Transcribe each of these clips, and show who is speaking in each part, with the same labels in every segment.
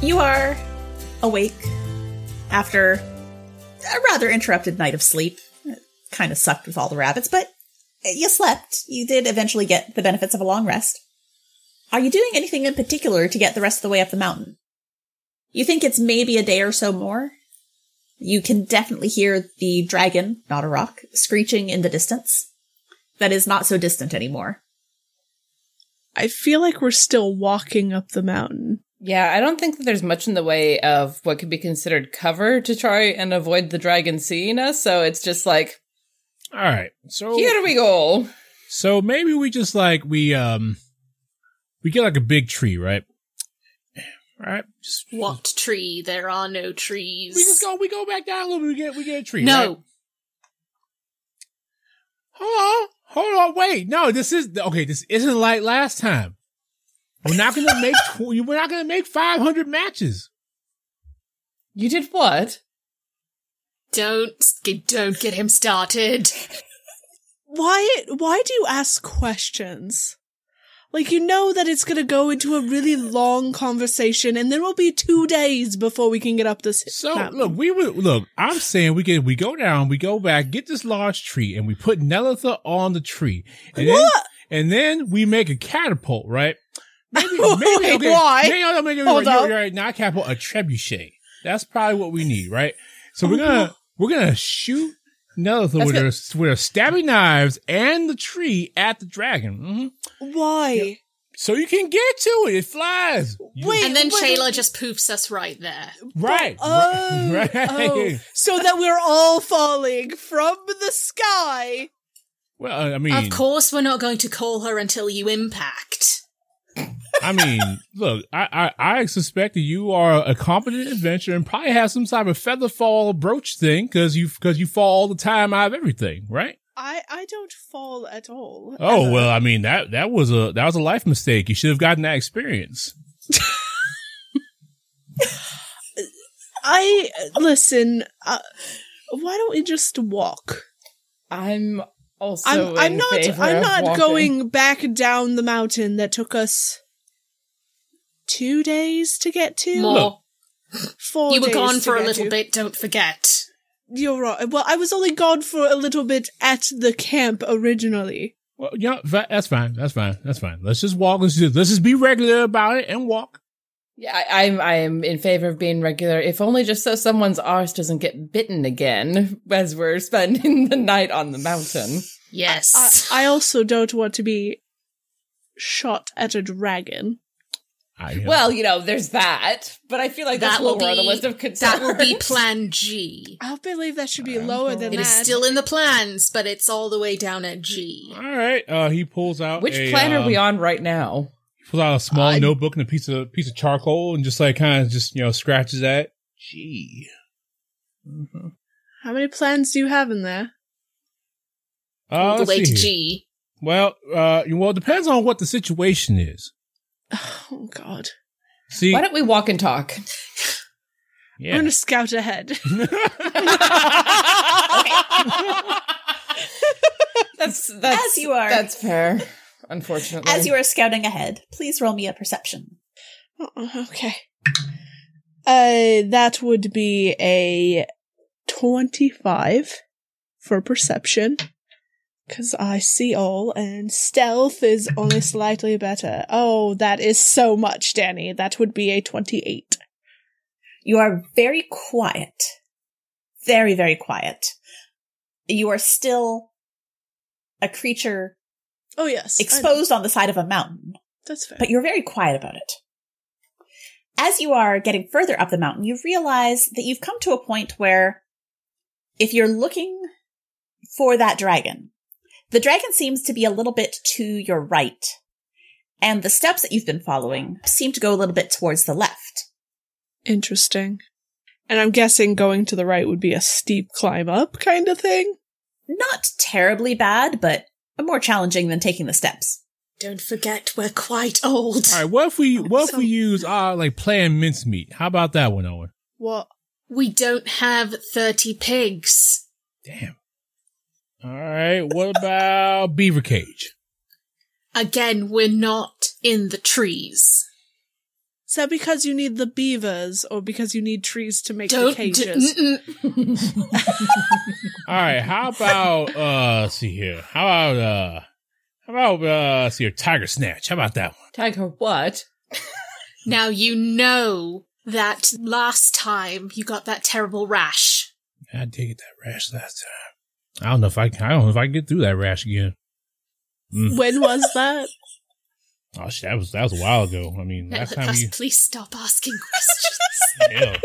Speaker 1: You are awake after a rather interrupted night of sleep. It kind of sucked with all the rabbits, but you slept. You did eventually get the benefits of a long rest. Are you doing anything in particular to get the rest of the way up the mountain? You think it's maybe a day or so more? You can definitely hear the dragon, not a rock, screeching in the distance. That is not so distant anymore.
Speaker 2: I feel like we're still walking up the mountain.
Speaker 3: Yeah, I don't think that there's much in the way of what could be considered cover to try and avoid the dragon seeing us. So it's just like,
Speaker 4: All right. So
Speaker 3: here we go.
Speaker 4: so maybe we just like we um we get like a big tree, right? All right. Just
Speaker 5: What tree? There are no trees.
Speaker 4: we just go we go back down a little bit. We get we get a tree.
Speaker 5: No.
Speaker 4: right? Hold on. Hold on. Wait. No, this is okay. This isn't like last time. We're not gonna make. tw- we're not gonna make five hundred matches.
Speaker 3: You did what?
Speaker 5: Don't don't get him started.
Speaker 2: Why why do you ask questions? Like you know that it's gonna go into a really long conversation and there will be two days before we can get up this
Speaker 4: So
Speaker 2: mountain.
Speaker 4: look, we would look. I'm saying we get. We go down. We go back. Get this large tree, and we put Nelitha on the tree. And Then,
Speaker 2: What?
Speaker 4: and then we make a catapult, right? Maybe,
Speaker 2: Wait, why?
Speaker 4: Maybe, no, no, maybe,
Speaker 2: Hold
Speaker 4: you're-
Speaker 2: up.
Speaker 4: you're right, not a catapult, a trebuchet. That's probably what we need, right? So
Speaker 2: Oh,
Speaker 4: we're gonna we're gonna shoot Nelitha with her with her stabbing knives and the tree at the dragon. hmm
Speaker 2: Why?
Speaker 4: So you can get to it. It flies. You-
Speaker 2: Wait,
Speaker 5: and then
Speaker 2: wait,
Speaker 5: Shayla just poofs us right there.
Speaker 4: right.
Speaker 2: Oh,
Speaker 4: right.
Speaker 2: oh, so that we're all falling from the sky.
Speaker 4: Well, I mean,
Speaker 5: Of course, we're not going to call her until you impact.
Speaker 4: I mean, look, I, I, I suspect that you are a competent adventurer and probably have some type of feather fall brooch thing because you because you fall all the time out of everything, right?
Speaker 2: I I don't fall at all.
Speaker 4: Oh
Speaker 3: Uh-huh.
Speaker 2: ever.
Speaker 4: well, I mean that that was a that was a life mistake. You should have gotten that experience.
Speaker 2: I listen. Uh, why don't we just walk?
Speaker 3: I'm also.
Speaker 2: I'm I'm
Speaker 3: in
Speaker 2: not
Speaker 3: favor
Speaker 2: I'm
Speaker 3: of
Speaker 2: not
Speaker 3: walking.
Speaker 2: going back down the mountain that took us two days to get to.
Speaker 5: More.
Speaker 4: Look,
Speaker 2: Four.
Speaker 5: you were
Speaker 2: days
Speaker 5: gone
Speaker 2: to
Speaker 5: for a
Speaker 2: get
Speaker 5: little
Speaker 2: to.
Speaker 5: bit. Don't forget.
Speaker 2: You're right. Well, I was only gone for a little bit at the camp originally.
Speaker 4: Well, yeah, fa- that's fine. That's fine. That's fine. Let's just walk. Let's just, let's just be regular about it and walk.
Speaker 3: Yeah, I, I'm I'm in favor of being regular, if only just so someone's arse doesn't get bitten again as we're spending the night on the mountain.
Speaker 2: I,
Speaker 5: Yes.
Speaker 2: I also don't want to be shot at a dragon.
Speaker 4: I,
Speaker 3: Well, you know, there's that, but I feel like
Speaker 5: That
Speaker 3: that's
Speaker 5: will
Speaker 3: lower on the
Speaker 5: be-
Speaker 3: list of concerns.
Speaker 5: that will be Plan G.
Speaker 2: I believe that should be lower than
Speaker 5: It is
Speaker 2: that.
Speaker 5: still in the plans, but it's all the way down at G.
Speaker 4: all right. Uh, he pulls out
Speaker 3: Which
Speaker 4: a,
Speaker 3: plan are we
Speaker 4: um,
Speaker 3: on right now?
Speaker 4: Pulls out a small
Speaker 5: I-
Speaker 4: notebook and a piece of piece of charcoal and just like kind of just you know scratches at. Gee.
Speaker 2: How many plans do you have in there?
Speaker 4: Uh,
Speaker 5: all the
Speaker 4: let's see
Speaker 5: way to
Speaker 4: here.
Speaker 5: G.
Speaker 4: Well, uh, well, it depends on what the situation is.
Speaker 2: Oh God!
Speaker 4: See,
Speaker 3: Why don't we walk and talk?
Speaker 4: yeah.
Speaker 2: I'm gonna scout ahead.
Speaker 3: That's that's
Speaker 1: As you are.
Speaker 3: That's fair. Unfortunately,
Speaker 1: As you are scouting ahead, please roll me a perception.
Speaker 2: Uh, okay. Uh, that would be a twenty-five for perception, because I see all, and stealth is only slightly better. Oh, that is so much, Danny. That would be a twenty-eight.
Speaker 1: You are very quiet. Very, very quiet. You are still a creature
Speaker 2: Oh yes, I know.
Speaker 1: exposed on the side of a mountain,
Speaker 2: That's fair.
Speaker 1: but you're very quiet about it. As you are getting further up the mountain, you realize that you've come to a point where if you're looking for that dragon, the dragon seems to be a little bit to your right, and the steps that you've been following seem to go a little bit towards the left.
Speaker 2: Interesting. And I'm guessing going to the right would be a steep climb up kind of thing.
Speaker 1: not terribly bad, but more challenging than taking the steps.
Speaker 5: Don't forget, we're quite old.
Speaker 4: All right, what if we what if
Speaker 2: So-
Speaker 4: we use uh like plan mincemeat? How about that one, Owen?
Speaker 2: What?
Speaker 5: We don't have 30 pigs.
Speaker 4: Damn. All right, what about beaver cage?
Speaker 5: Again, we're not in the trees.
Speaker 2: Is that because you need the beavers or because you need trees to make the
Speaker 5: Don't. d-
Speaker 2: cages?
Speaker 5: mm-mm.
Speaker 4: All right. How about uh let's see here. How about uh how about uh let's see here, Tiger Snatch. How about that one?
Speaker 3: Tiger, what?
Speaker 5: now you know that last time you got that terrible rash.
Speaker 4: I did get that rash last time. I don't know if I can I don't know if I can get through that rash again.
Speaker 2: when was that?
Speaker 4: Oh shit, that was that was a while ago. I mean last
Speaker 5: Let
Speaker 4: time
Speaker 5: us
Speaker 4: you
Speaker 5: please stop asking questions.
Speaker 4: hell,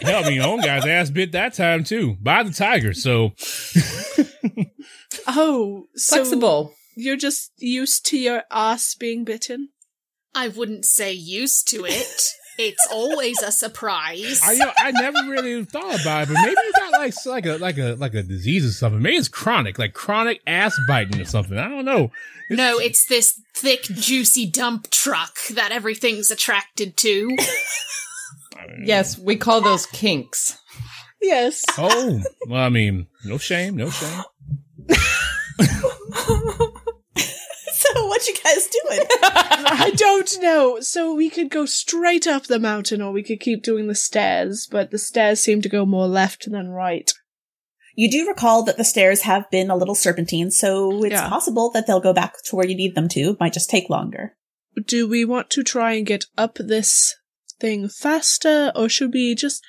Speaker 4: hell me own guy's ass bit that time too. By the tiger, so
Speaker 2: Oh, so
Speaker 3: Flexible.
Speaker 2: You're just used to your ass being bitten.
Speaker 5: I wouldn't say used to it. It's always a surprise.
Speaker 4: I you know, I never really thought about it, but maybe you got like s- like a like a like a disease or something. Maybe it's chronic, like chronic ass biting or something. I don't know.
Speaker 5: no, it's this thick, juicy dump truck that everything's attracted to.
Speaker 3: Yes, we call those kinks.
Speaker 2: Yes.
Speaker 4: Oh, well, I mean, no shame, no shame.
Speaker 1: So what you guys doing?
Speaker 2: I don't know. So we could go straight up the mountain or we could keep doing the stairs, but the stairs seem to go more left than right.
Speaker 1: you do recall that the stairs have been a little serpentine, so it's
Speaker 2: Yeah.
Speaker 1: possible that they'll go back to where you need them to. Might just take longer.
Speaker 2: Do we want to try and get up this thing faster or should we just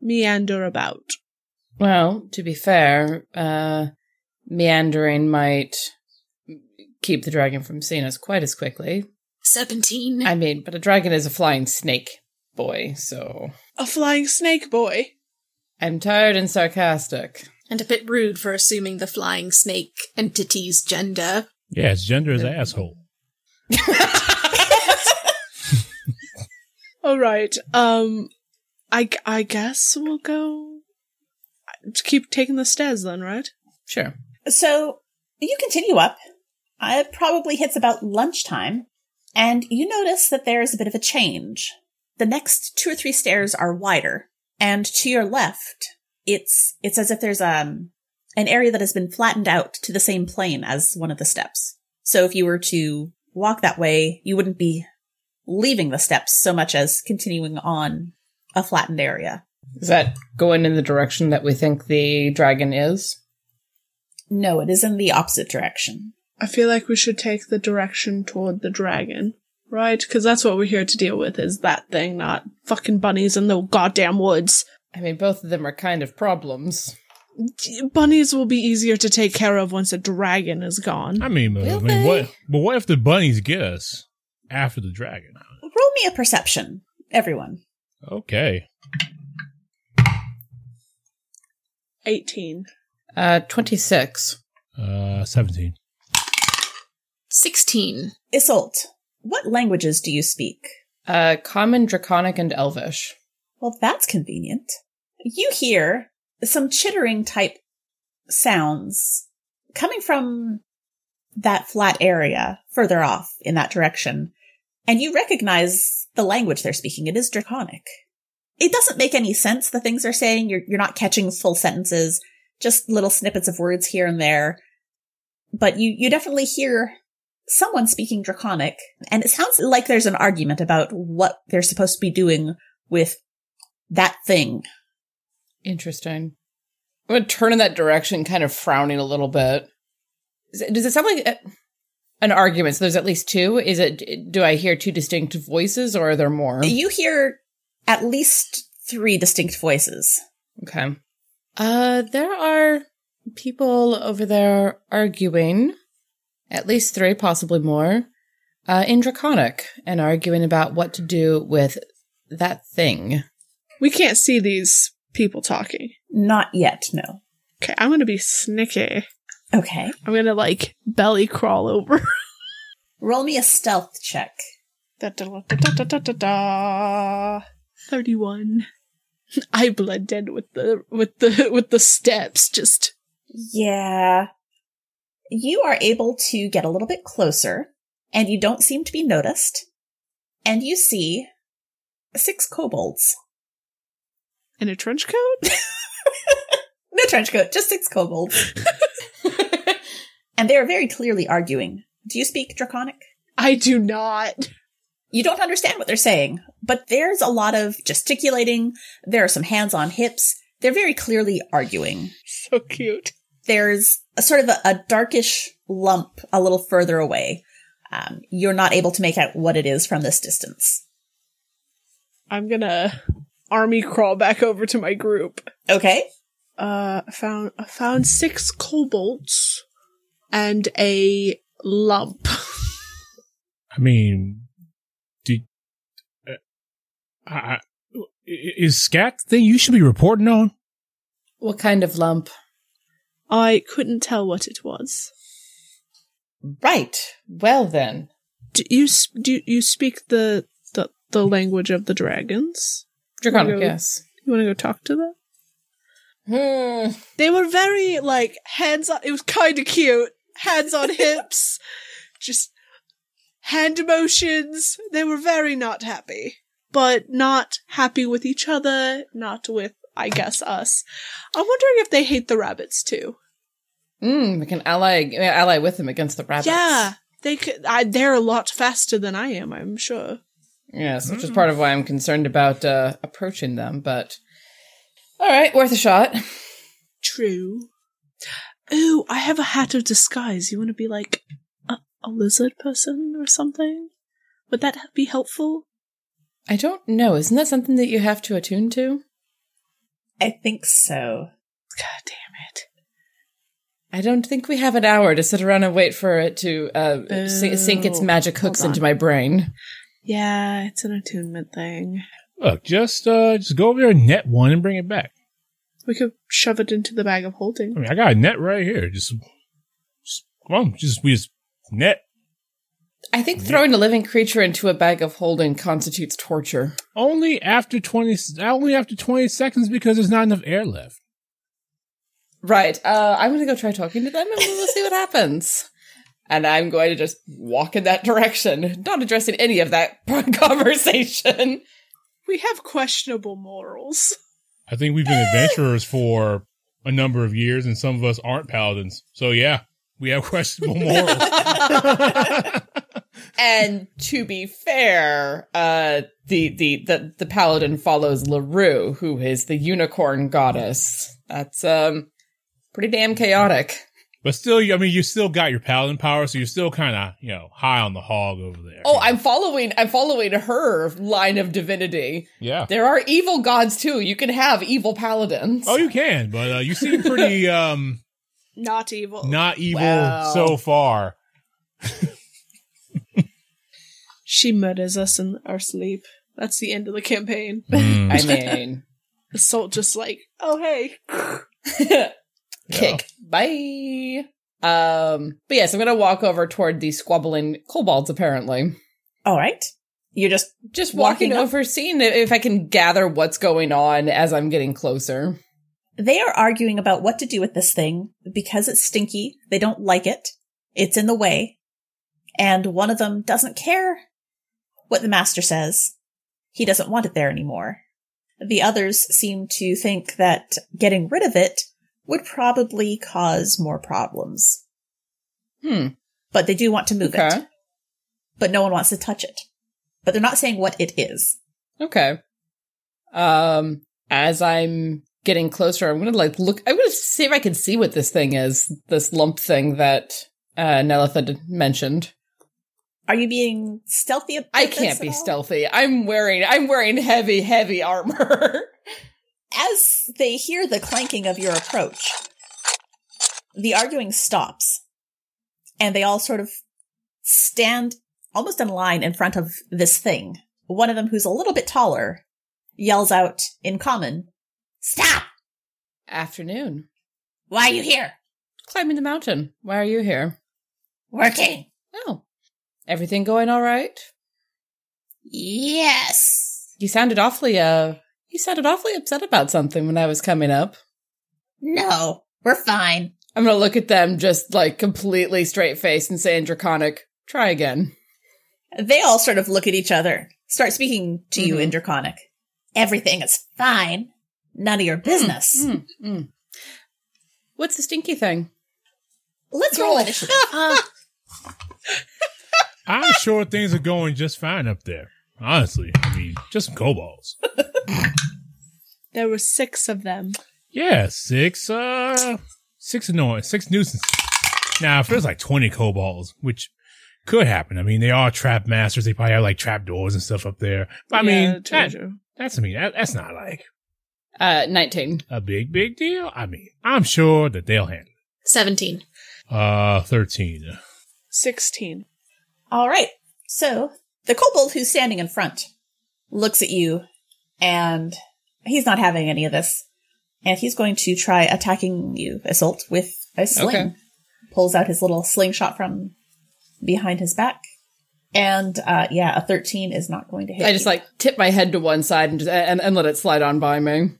Speaker 2: meander about?
Speaker 3: Well, to be fair, uh, meandering might keep the dragon from seeing us quite as quickly.
Speaker 5: Serpentine.
Speaker 3: I mean, but a dragon is a flying snake boy, so
Speaker 2: A flying snake boy.
Speaker 3: I'm tired and sarcastic.
Speaker 5: and a bit rude for assuming the flying snake entity's gender.
Speaker 4: Yeah, it's gender is asshole.
Speaker 2: All right. Um, I, g- I guess we'll go. uh, Keep taking the stairs then, right?
Speaker 3: Sure.
Speaker 1: So you continue up. Uh, It probably hits about lunchtime, and you notice that there is a bit of a change. The next two or three stairs are wider, and to your left, it's it's as if there's um an area that has been flattened out to the same plane as one of the steps. So if you were to walk that way, you wouldn't be leaving the steps so much as continuing on a flattened area.
Speaker 3: Is that going in the direction that we think the dragon is?
Speaker 1: No, it is in the opposite direction.
Speaker 2: I feel like we should take the direction toward the dragon, right? Because that's what we're here to deal with is that thing, not fucking bunnies in the goddamn woods.
Speaker 3: I mean, both of them are kind of problems.
Speaker 2: D- Bunnies will be easier to take care of once a dragon is
Speaker 4: I
Speaker 2: gone.
Speaker 4: mean, but- I
Speaker 3: Will
Speaker 4: mean,
Speaker 3: they?
Speaker 4: what? But what if the bunnies get us after the dragon?
Speaker 1: Roll me a perception, everyone.
Speaker 4: Okay,
Speaker 2: 18.
Speaker 3: Uh, 26.
Speaker 4: uh, seventeen.
Speaker 5: 16.
Speaker 1: Isolt, what languages do you speak?
Speaker 3: Uh, common, draconic, and elvish.
Speaker 1: Well, that's convenient. You hear some chittering type sounds coming from that flat area further off in that direction. And you recognize the language they're speaking. It is draconic. It doesn't make any sense, the things they're saying. You're, you're not catching full sentences, just little snippets of words here and there. But you, you definitely hear someone speaking draconic. And it sounds like there's an argument about what they're supposed to be doing with that thing.
Speaker 3: Interesting. I'm gonna turn in that direction, kind of frowning a little bit. Is it- does it sound like uh, an argument? So there's at least two. Is it? Do I hear two distinct voices, or are there more?
Speaker 1: You hear at least three distinct voices.
Speaker 3: Okay. Uh, there are people over there arguing, at least three, possibly more, uh, in Draconic, and arguing about what to do with that thing.
Speaker 2: We can't see these people talking.
Speaker 1: Not yet, no.
Speaker 2: Okay, I'm gonna be snicky.
Speaker 1: Okay.
Speaker 2: I'm gonna like belly crawl over.
Speaker 1: Roll me a stealth check.
Speaker 2: da, da, da, da, da, da, da, da. 31. I blend in with the with the with the steps just
Speaker 1: Yeah. You are able to get a little bit closer, and you don't seem to be noticed. And you see six kobolds.
Speaker 2: in a trench coat?
Speaker 1: No trench coat, just six kobolds. and they are very clearly arguing. Do you speak Draconic?
Speaker 2: I do not.
Speaker 1: You don't understand what they're saying, but there's a lot of gesticulating. There are some hands on hips. They're very clearly arguing.
Speaker 2: So cute.
Speaker 1: There's a sort of a, a darkish lump a little further away. Um, you're not able to make out what it is from this distance.
Speaker 2: I'm gonna army crawl back over to my group.
Speaker 1: Okay.
Speaker 2: Uh, I found I found six cobalts and a lump.
Speaker 4: I mean, did uh, I, I- is scat the thing you should be reporting on?
Speaker 3: What kind of lump?
Speaker 2: I couldn't tell what it was.
Speaker 3: Right. Well, then.
Speaker 2: Do you s- do you speak the the, the language of the dragons?
Speaker 3: Draconic,
Speaker 2: Hello.
Speaker 3: yes.
Speaker 2: You want to go talk to them?
Speaker 3: Hmm.
Speaker 2: They were very like hands on. It was kind of cute. Hands on hips, just hand motions. They were very not happy, but not happy with each other. Not with, I guess, us. I'm wondering if they hate the rabbits too.
Speaker 3: Mm, we can ally ally with them against the rabbits.
Speaker 2: Yeah, they could. I, they're a lot faster than I am. I'm sure.
Speaker 3: Yes, which is part of why I'm concerned about uh, approaching them, but all right, worth a shot.
Speaker 2: True. Ooh, I have a hat of disguise. You want to be like a, a lizard person or something? Would that be helpful?
Speaker 3: I don't know. Isn't that something that you have to attune to?
Speaker 1: I think so.
Speaker 2: God damn it.
Speaker 3: I don't think we have an hour to sit around and wait for it to uh,
Speaker 2: Boo.
Speaker 3: si- sink its magic hooks
Speaker 2: Hold on.
Speaker 3: into my brain.
Speaker 2: Yeah, it's an attunement thing.
Speaker 4: Look, just uh, just go over there and net one and bring it back.
Speaker 2: We could shove it into the bag of holding.
Speaker 4: I mean, I got a net right here. Just, just come on, just we just net.
Speaker 3: I think
Speaker 2: Mm-hmm.
Speaker 3: throwing a living creature into a bag of holding constitutes torture.
Speaker 4: Only after twenty, only after twenty seconds because there's not enough air left.
Speaker 3: Right. Uh, I'm going to go try talking to them and we'll see what happens. And I'm going to just walk in that direction, not addressing any of that conversation.
Speaker 2: We have questionable morals.
Speaker 4: I think we've been adventurers for a number of years, and some of us aren't paladins. So yeah, we have questionable morals.
Speaker 3: And to be fair, uh, the, the the the paladin follows Larue, who is the unicorn goddess. That's um pretty damn chaotic.
Speaker 4: but still, you- I mean, you still got your paladin power, so you're still kind of you know high on the hog over there.
Speaker 3: Oh, I'm following I'm following her line of divinity.
Speaker 4: yeah.
Speaker 3: There are evil gods too. You can have evil paladins.
Speaker 4: Oh, you can, but uh, you seem pretty um
Speaker 2: Not evil.
Speaker 4: not evil
Speaker 3: Wow.
Speaker 4: so far.
Speaker 2: she murders us in our sleep. That's the end of the campaign.
Speaker 4: Mm.
Speaker 3: I mean
Speaker 2: Salt just like, oh hey.
Speaker 3: kick. Bye. Um but yes, I'm gonna walk over toward the squabbling kobolds apparently.
Speaker 1: All right. You're just
Speaker 3: Just walking,
Speaker 1: Walking up.
Speaker 3: over, seeing i- if I can gather what's going on as I'm getting closer.
Speaker 1: They are arguing about what to do with this thing because it's stinky. They don't like it. It's in the way. And one of them doesn't care what the master says. He doesn't want it there anymore. The others seem to think that getting rid of it would probably cause more problems,
Speaker 3: Hmm.
Speaker 1: but they do want to move
Speaker 3: Okay.
Speaker 1: it, but no one wants to touch it. But they're not saying what it is.
Speaker 3: Okay. Um, as I'm getting closer, I'm gonna like look. I'm gonna see if I can see what this thing is. This lump thing that uh, Nelitha d- mentioned.
Speaker 1: Are you being stealthy? about
Speaker 3: I
Speaker 1: this
Speaker 3: can't
Speaker 1: at
Speaker 3: be
Speaker 1: all?
Speaker 3: stealthy. I'm wearing. I'm wearing heavy, heavy armor.
Speaker 1: As they hear the clanking of your approach, the arguing stops and they all sort of stand almost in line in front of this thing. One of them, who's a little bit taller, yells out in common, Stop!
Speaker 3: Afternoon.
Speaker 1: Why are you here?
Speaker 3: Climbing the mountain. Why are you here?
Speaker 1: Working.
Speaker 3: Oh, everything going all right?
Speaker 1: Yes.
Speaker 3: You sounded awfully. Uh, you sounded awfully upset about something when I was coming up.
Speaker 1: No, we're fine.
Speaker 3: I'm gonna look at them just like completely straight faced and say in draconic, try again.
Speaker 1: They all sort of look at each other, start speaking to you
Speaker 3: Mhm.
Speaker 1: in Draconic. Everything is fine. None of your business.
Speaker 3: Mm, mm. What's the stinky thing?
Speaker 1: Let's roll initiative.
Speaker 5: Ah,
Speaker 4: I'm sure things are going just fine up there. Honestly, I mean, just some kobolds.
Speaker 2: There were six of them.
Speaker 4: Yeah, six, uh, six annoyance, six nuisances. Now, if there's like 20 kobolds, which could happen. I mean, they are trap masters. They probably have like trap doors and stuff up there. But I
Speaker 2: Yeah,
Speaker 4: mean,
Speaker 2: true,
Speaker 1: eh.
Speaker 4: that,
Speaker 2: true.
Speaker 4: that's, I mean, that, that's not like
Speaker 3: Uh, 19.
Speaker 4: a big, big deal. I mean, I'm sure that they'll handle
Speaker 5: 17.
Speaker 4: it. Uh, 13.
Speaker 2: 16.
Speaker 1: All right. So the kobold who's standing in front looks at you and he's not having any of this. And he's going to try attacking you, Assault, with a sling.
Speaker 3: Okay.
Speaker 1: Pulls out his little slingshot from behind his back. And uh, yeah, a 13 is not going to hit.
Speaker 3: I just
Speaker 1: you.
Speaker 3: like tip my head to one side and, just, and, and let it slide on by me.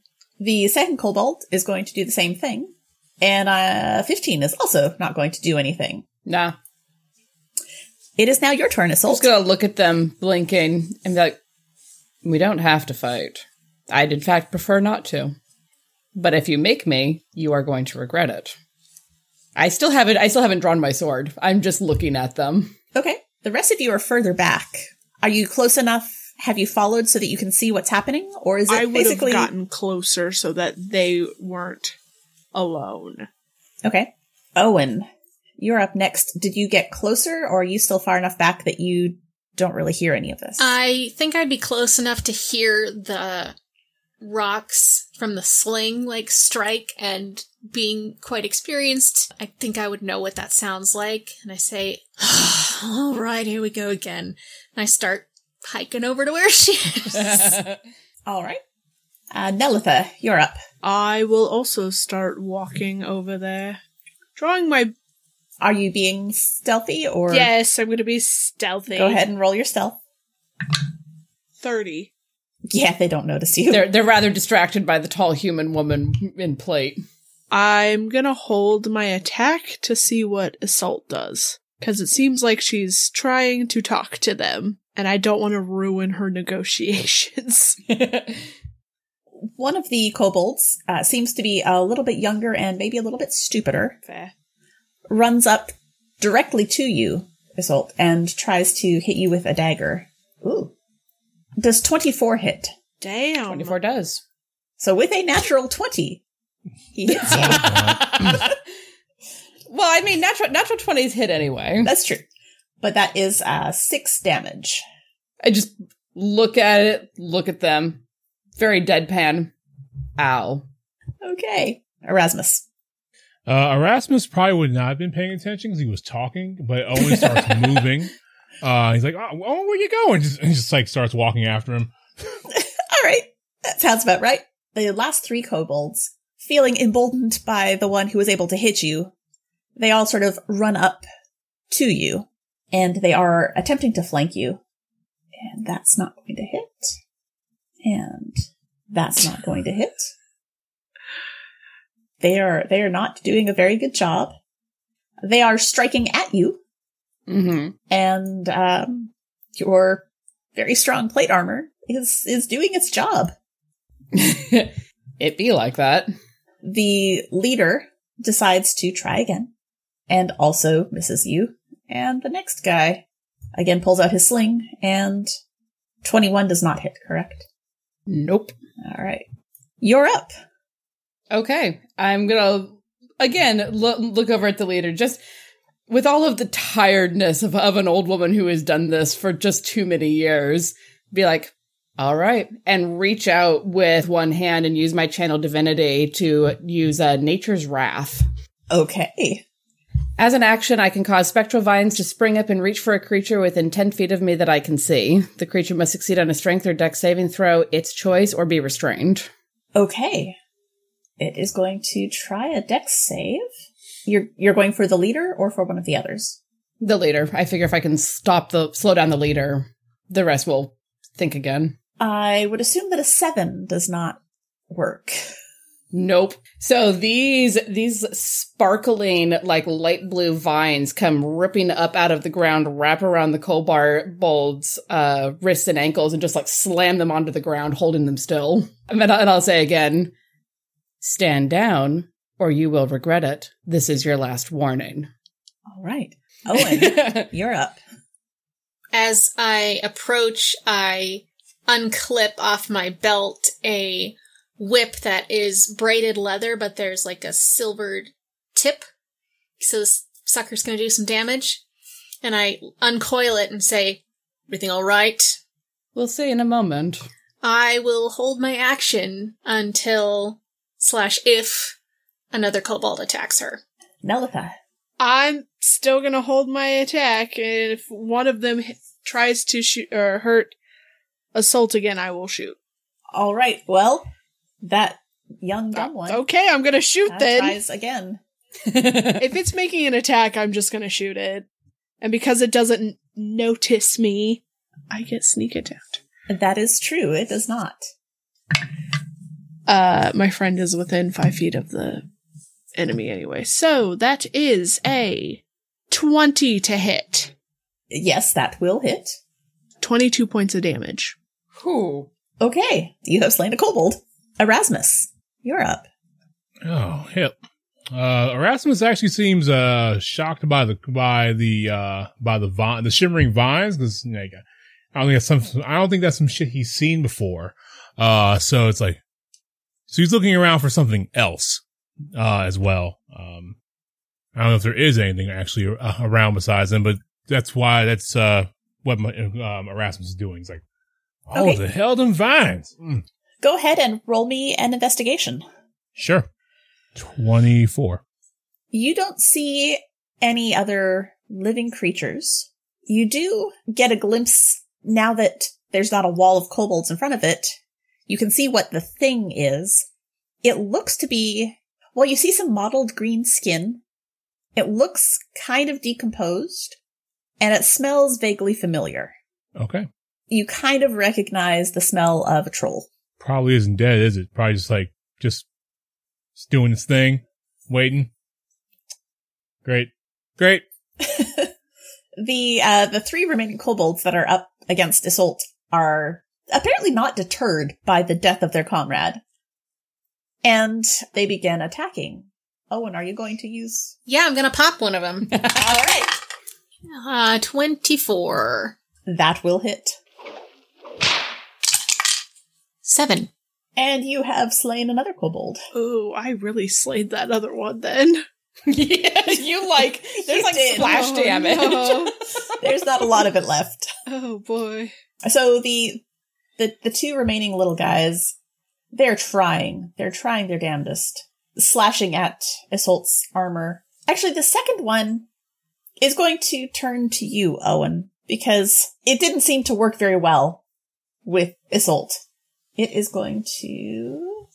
Speaker 1: The second kobold is going to do the same thing. And uh, 15 is also not going to do anything.
Speaker 3: Nah.
Speaker 1: It is now your turn, Assault.
Speaker 3: Just gonna look at them blinking and be like, we don't have to fight. I'd in fact prefer not to. But if you make me, you are going to regret it. I still haven't I still haven't drawn my sword. I'm just looking at them.
Speaker 1: Okay. The rest of you are further back. Are you close enough? Have you followed so that you can see what's happening? Or is it
Speaker 2: I would have
Speaker 1: basically.
Speaker 2: gotten closer so that they weren't alone.
Speaker 1: okay. Owen, you're up next. Did you get closer or are you still far enough back that you don't really hear any of this?
Speaker 5: I think I'd be close enough to hear the rocks from the sling like strike and being quite experienced, I think I would know what that sounds like. And I say, all right, here we go again. And I start hiking over to where she is.
Speaker 1: All right. Uh, Nelitha, you're up.
Speaker 2: I will also start walking over there. Drawing my.
Speaker 1: Are you being stealthy or.
Speaker 2: Yes, I'm going to be stealthy.
Speaker 1: Go ahead and roll your stealth.
Speaker 2: 30.
Speaker 1: Yeah, they don't notice you.
Speaker 3: they're they're rather distracted by the tall human woman in plate.
Speaker 2: I'm going to hold my attack to see what Assault does. Because it seems like she's trying to talk to them, and I don't want to ruin her negotiations.
Speaker 1: One of the kobolds uh, seems to be a little bit younger and maybe a little bit stupider.
Speaker 2: Fair.
Speaker 1: runs up directly to you, Isolt, and tries to hit you with a dagger. Ooh. Does 24 hit?
Speaker 2: Damn.
Speaker 3: Twenty four does.
Speaker 1: So with a natural 20, he hits you.
Speaker 3: Well, I mean natural natural twenties hit anyway.
Speaker 1: That's true. But that is uh, six damage.
Speaker 3: I just look at it, look at them. Very deadpan. Ow.
Speaker 1: Okay. Erasmus.
Speaker 4: Uh, Erasmus probably would not have been paying attention because he was talking, but Owen starts moving. Uh, he's like, oh, Owen, where you going? Just, and just like starts walking after him.
Speaker 1: All right. That sounds about right. The last three kobolds, feeling emboldened by the one who was able to hit you, they all sort of run up to you and they are attempting to flank you. And that's not going to hit. And that's not going to hit. They are, they are not doing a very good job. They are striking at you
Speaker 3: Mm-hmm.
Speaker 1: and, um, your very strong plate armor is, is doing its job.
Speaker 3: it be like that.
Speaker 1: the leader decides to try again and also misses you. And the next guy again pulls out his sling and 21 does not hit, correct?
Speaker 3: Nope.
Speaker 1: All right. You're up.
Speaker 3: Okay. I'm gonna again lo- look over at the leader. Just with all of the tiredness of, of an old woman who has done this for just too many years, be like, all right, and reach out with one hand and use my channel divinity to use uh, nature's wrath.
Speaker 1: Okay.
Speaker 3: As an action, I can cause spectral vines to spring up and reach for a creature within 10 feet of me that I can see. The creature must succeed on a strength or dex saving throw, its choice, or be restrained.
Speaker 1: Okay. It is going to try a dex save. You're, you're going for the leader or for one of the others?
Speaker 3: The leader. I figure if I can stop the, slow down the leader, the rest will think again.
Speaker 1: I would assume that a seven does not work.
Speaker 3: Nope. So these, these sparkling, like light blue vines come ripping up out of the ground, wrap around the kobold's, uh, wrists and ankles and just like slam them onto the ground, holding them still. And, then, and I'll say again, stand down or you will regret it. This is your last warning.
Speaker 1: All right. Owen, you're up.
Speaker 5: As I approach, I unclip off my belt a whip that is braided leather, but there's like a silvered tip. So this sucker's gonna do some damage. And I uncoil it and say, Everything alright?
Speaker 3: We'll see in a moment.
Speaker 5: I will hold my action until slash if another kobold attacks her.
Speaker 1: Nelitha.
Speaker 2: I'm still gonna hold my attack, and if one of them h- tries to shoot or hurt assault again, I will shoot.
Speaker 1: All right. Well, that young dumb one
Speaker 2: Okay, I'm gonna shoot
Speaker 1: uh,
Speaker 2: oh, then.
Speaker 1: tries again.
Speaker 2: if it's making an attack, I'm just gonna shoot it, and because it doesn't notice me, I get sneak attacked.
Speaker 1: That is true. It does not.
Speaker 2: Uh, my friend is within five feet of the enemy anyway, so that is a twenty to hit,
Speaker 1: Yes, that will hit.
Speaker 2: twenty-two points of damage.
Speaker 3: Who?
Speaker 1: Okay. You have slain a kobold. Erasmus, you're up.
Speaker 4: Oh, hip. Uh, Erasmus actually seems uh shocked by the by the uh by the vine, the shimmering vines because like, I don't think that's some I don't think that's some shit he's seen before. Uh, so it's like, so he's looking around for something else, uh, as well. Um, I don't know if there is anything actually uh, around besides him, but that's why that's uh what my, um, Erasmus is doing. He's like, oh,
Speaker 1: Okay.
Speaker 4: the hell, them vines. Mm,
Speaker 1: Go ahead and roll me an investigation.
Speaker 4: sure, twenty four.
Speaker 1: You don't see any other living creatures. You do get a glimpse now that there's not a wall of kobolds in front of it. You can see what the thing is. It looks to be, well, you see some mottled green skin. It looks kind of decomposed and it smells vaguely familiar.
Speaker 4: Okay.
Speaker 1: You kind of recognize the smell of a troll.
Speaker 4: Probably isn't dead, is it? Probably just like just, just doing its thing, waiting. Great. Great.
Speaker 1: the uh, the three remaining kobolds that are up against Isolt are apparently not deterred by the death of their comrade, and they begin attacking. Owen, are you going to use?
Speaker 5: Yeah, I'm gonna pop one of them.
Speaker 1: All right,
Speaker 5: Uh, 24.
Speaker 1: that will hit,
Speaker 5: 7.
Speaker 1: and you have slain another kobold.
Speaker 2: Oh, I really slayed that other one then.
Speaker 3: yeah, you like there's like
Speaker 1: did.
Speaker 3: splash
Speaker 2: Oh,
Speaker 3: damage.
Speaker 2: no.
Speaker 1: There's not a lot of it left.
Speaker 2: Oh boy.
Speaker 1: So the the the two remaining little guys, they're trying. They're trying their damnedest, slashing at Isolt's armor. Actually, the second one is going to turn to you, Owen, because it didn't seem to work very well with Isolt. It is going to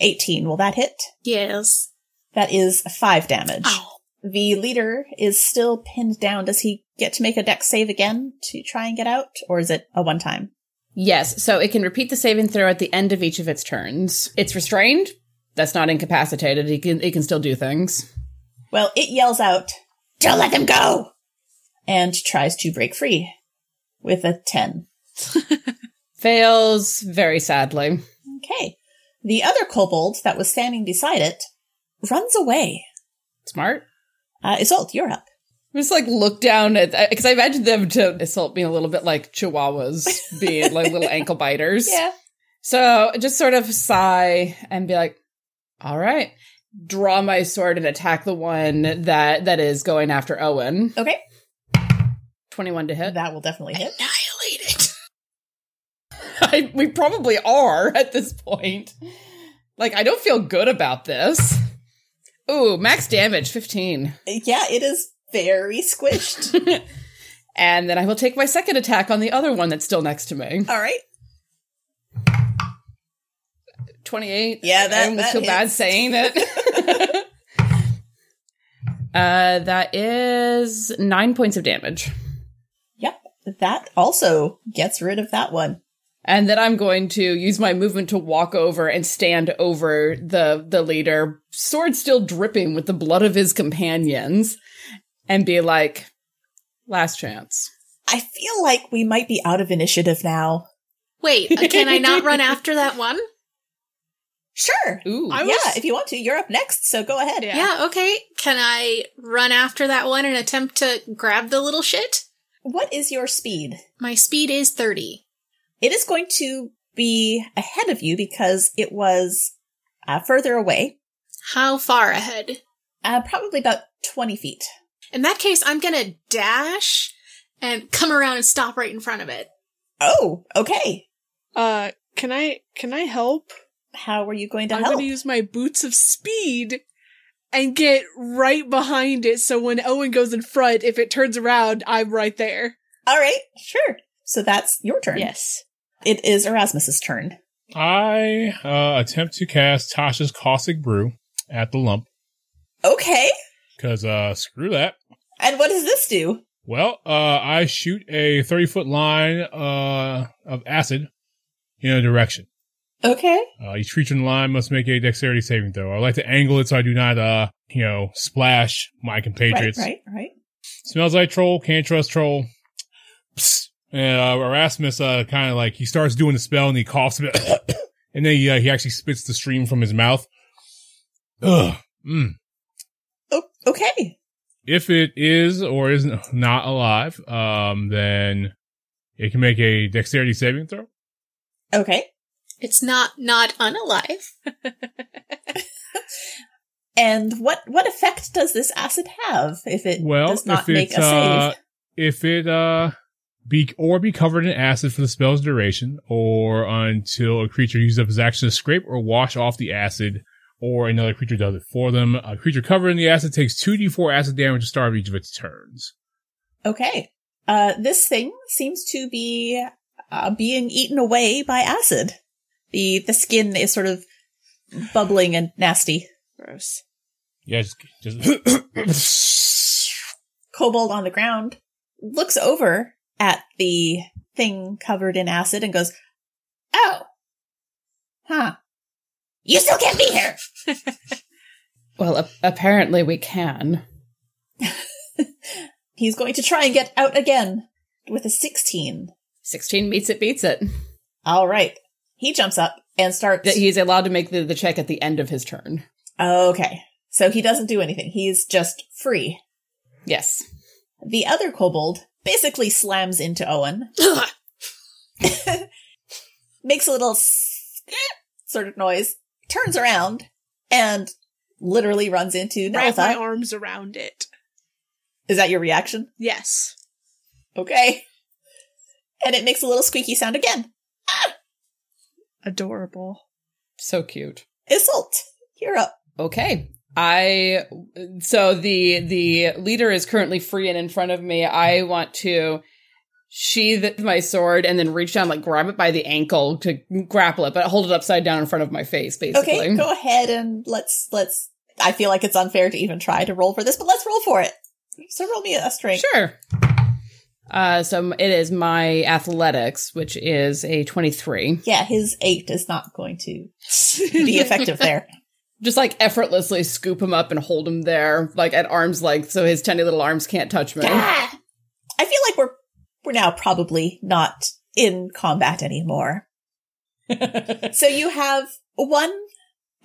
Speaker 1: 18. Will that hit?
Speaker 5: Yes.
Speaker 1: That is five damage.
Speaker 5: Ow.
Speaker 1: The leader is still pinned down. Does he get to make a deck save again to try and get out, or is it a one time?
Speaker 3: Yes, so it can repeat the saving throw at the end of each of its turns. It's restrained. That's not incapacitated. It can it can still do things.
Speaker 1: Well, it yells out, Don't let them go! And tries to break free with a 10.
Speaker 3: Fails very sadly.
Speaker 1: Okay. The other kobold that was standing beside it runs away.
Speaker 3: Smart.
Speaker 1: Uh, Isolt, you're up.
Speaker 3: Just like look down at because I imagine them to assault being a little bit like chihuahuas, being like little ankle biters. So just sort of sigh and be like, "All right." Draw my sword and attack the one that that is going after Owen.
Speaker 1: Okay.
Speaker 3: Twenty-one to hit.
Speaker 1: That will definitely hit.
Speaker 5: Annihilated.
Speaker 3: I, we probably are at this point. Like, I don't feel good about this. Ooh, max damage, 15.
Speaker 1: Yeah, it is very squished.
Speaker 3: And then I will take my second attack on the other one that's still next to me.
Speaker 1: All right.
Speaker 3: 28.
Speaker 1: Yeah, that-
Speaker 3: I
Speaker 1: that
Speaker 3: almost feel bad
Speaker 1: hits.
Speaker 3: saying it. uh, that is nine points of damage.
Speaker 1: Yep. That also gets rid of that one.
Speaker 3: And then I'm going to use my movement to walk over and stand over the the leader, sword still dripping with the blood of his companions, and be like, last chance.
Speaker 1: I feel like we might be out of initiative now.
Speaker 5: Wait, uh, can I not run after that one?
Speaker 1: Sure.
Speaker 3: Ooh.
Speaker 2: I
Speaker 1: yeah,
Speaker 2: was-
Speaker 1: if you want to, you're up next, so go ahead.
Speaker 2: Yeah.
Speaker 5: Yeah, okay. Can I run after that one and attempt to grab the little shit?
Speaker 1: What is your speed?
Speaker 5: My speed is 30.
Speaker 1: It is going to be ahead of you because it was uh, further away,
Speaker 5: How far ahead?
Speaker 1: uh, probably about 20 feet.
Speaker 5: In that case, I'm going to dash and come around and stop right in front of it.
Speaker 1: Oh, okay.
Speaker 2: Uh, can I can I help?
Speaker 1: How are you going to
Speaker 2: I'm
Speaker 1: help?
Speaker 2: gonna use my boots of speed and get right behind it. So when Owen goes in front, if it turns around, I'm right there.
Speaker 1: All right, sure. So that's your turn.
Speaker 2: Yes.
Speaker 1: It is Erasmus's turn.
Speaker 4: I uh, attempt to cast Tasha's Caustic Brew at the lump
Speaker 1: Okay.
Speaker 4: because uh, screw that.
Speaker 1: And what does this do?
Speaker 4: Well, uh, I shoot a 30 foot line uh, of acid in a direction.
Speaker 1: Okay.
Speaker 4: Uh, each creature in the line must make a dexterity saving throw. I like to angle it so I do not, uh, you know, splash my compatriots.
Speaker 1: Right, right, right.
Speaker 4: Smells like troll, can't trust troll. Psst. And uh, Erasmus uh, kind of like he starts doing the spell and he coughs a bit, and then he, uh, he actually spits the stream from his mouth. Ugh. Mm.
Speaker 1: Oh, okay.
Speaker 4: If it is or is not alive, um, then it can make a dexterity saving throw.
Speaker 1: Okay.
Speaker 5: It's not not unalive.
Speaker 1: And what what effect does this acid have if it
Speaker 4: Well,
Speaker 1: does not
Speaker 4: if
Speaker 1: make
Speaker 4: it's,
Speaker 1: a
Speaker 4: uh,
Speaker 1: save?
Speaker 4: if it uh be or be covered in acid for the spell's duration, or until a creature uses up its action to scrape or wash off the acid, or another creature does it for them. A creature covered in the acid takes two d4 acid damage at the start of each of its turns.
Speaker 1: Okay. Uh, this thing seems to be uh, being eaten away by acid. The the skin is sort of bubbling and nasty.
Speaker 2: Gross.
Speaker 4: Yeah, just, just
Speaker 1: Kobold on the ground looks over at the thing covered in acid and goes, "Oh, huh? You still can't be here."
Speaker 3: Well, a- apparently we can.
Speaker 1: He's going to try and get out again with a sixteen.
Speaker 3: 16 meets it, beats it.
Speaker 1: All right. He jumps up and starts.
Speaker 3: That he's allowed to make the, the check at the end of his turn.
Speaker 1: okay. So he doesn't do anything. He's just free.
Speaker 3: Yes.
Speaker 1: The other kobold basically slams into Owen,
Speaker 5: Ugh.
Speaker 1: makes a little sort of noise, turns around, and literally runs into
Speaker 2: Wrap my
Speaker 1: Nelitha.
Speaker 2: arms around it.
Speaker 1: Is that your reaction?
Speaker 2: Yes.
Speaker 1: Okay. And it makes a little squeaky sound again.
Speaker 2: Adorable.
Speaker 3: So cute.
Speaker 1: Isolt, you're up.
Speaker 3: Okay. I so the the leader is currently free and in front of me. I want to sheath my sword and then reach down, like grab it by the ankle to grapple it, but hold it upside down in front of my face, basically.
Speaker 1: Okay, go ahead and let's let's. I feel like it's unfair to even try to roll for this, but let's roll for it. So roll me a strength.
Speaker 3: Sure. Uh, so it is my athletics, which is a 23.
Speaker 1: Yeah, his eight is not going to be effective there.
Speaker 3: Just like effortlessly scoop him up and hold him there, like at arm's length, so his tiny little arms can't touch me.
Speaker 1: Ah! I feel like we're we're now probably not in combat anymore. so you have one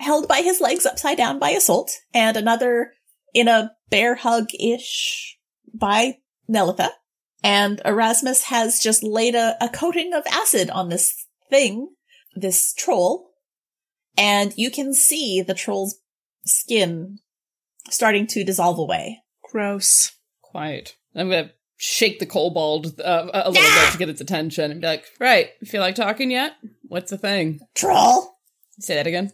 Speaker 1: held by his legs upside down by assault, and another in a bear hug ish by Nelitha. And Erasmus has just laid a, a coating of acid on this thing, this troll, and you can see the troll's skin starting to dissolve away.
Speaker 2: Gross.
Speaker 3: Quiet. I'm gonna shake the kobold uh, a little bit to get its attention and be like, "Right, feel like talking yet? What's the thing?
Speaker 1: Troll?
Speaker 3: Say that again.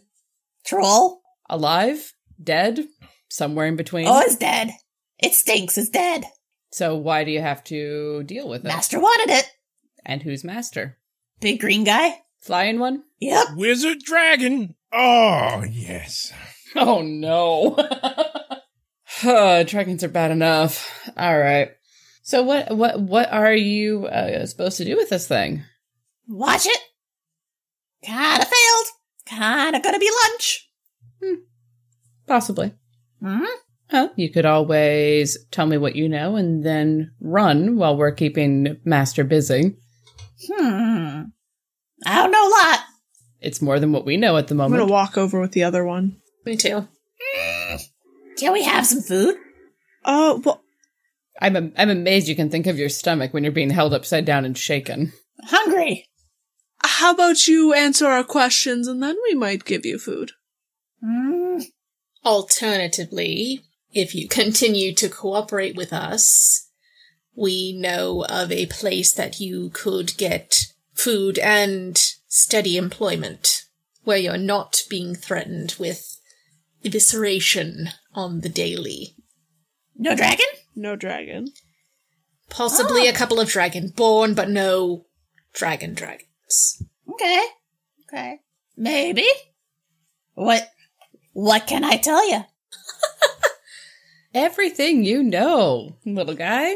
Speaker 1: Troll?
Speaker 3: Alive? Dead? Somewhere in between.
Speaker 1: Oh, it's dead. It stinks. It's dead.
Speaker 3: so why do you have to deal with it?
Speaker 1: Master wanted it.
Speaker 3: And who's master?
Speaker 1: Big green guy?
Speaker 3: Flying one?
Speaker 1: Yep.
Speaker 4: wizard dragon. Oh yes.
Speaker 3: Oh no. Huh, dragons are bad enough. All right. So what what what are you uh, supposed to do with this thing?
Speaker 1: Watch it. Kinda failed. Kinda gonna be lunch.
Speaker 3: Possibly.
Speaker 1: Hmm?
Speaker 3: Well, you could always tell me what you know and then run while we're keeping master busy.
Speaker 1: Hmm. I don't know a lot.
Speaker 3: It's more than what we know at the
Speaker 2: I'm gonna
Speaker 3: moment.
Speaker 2: walk over with the other one.
Speaker 5: Me too.
Speaker 1: Can we have some food?
Speaker 2: Oh well,
Speaker 3: I'm am- I'm amazed you can think of your stomach when you're being held upside down and shaken.
Speaker 1: Hungry.
Speaker 2: How about you answer our questions and then we might give you food?
Speaker 1: Mm,
Speaker 5: Alternatively, if you continue to cooperate with us, we know of a place that you could get food and steady employment where you're not being threatened with evisceration on the daily.
Speaker 1: no dragon?
Speaker 2: No dragon.
Speaker 5: Possibly a couple of dragonborn, but no dragon dragons.
Speaker 1: Okay. Okay. Maybe. What what can I tell you?
Speaker 3: Everything you know, little guy.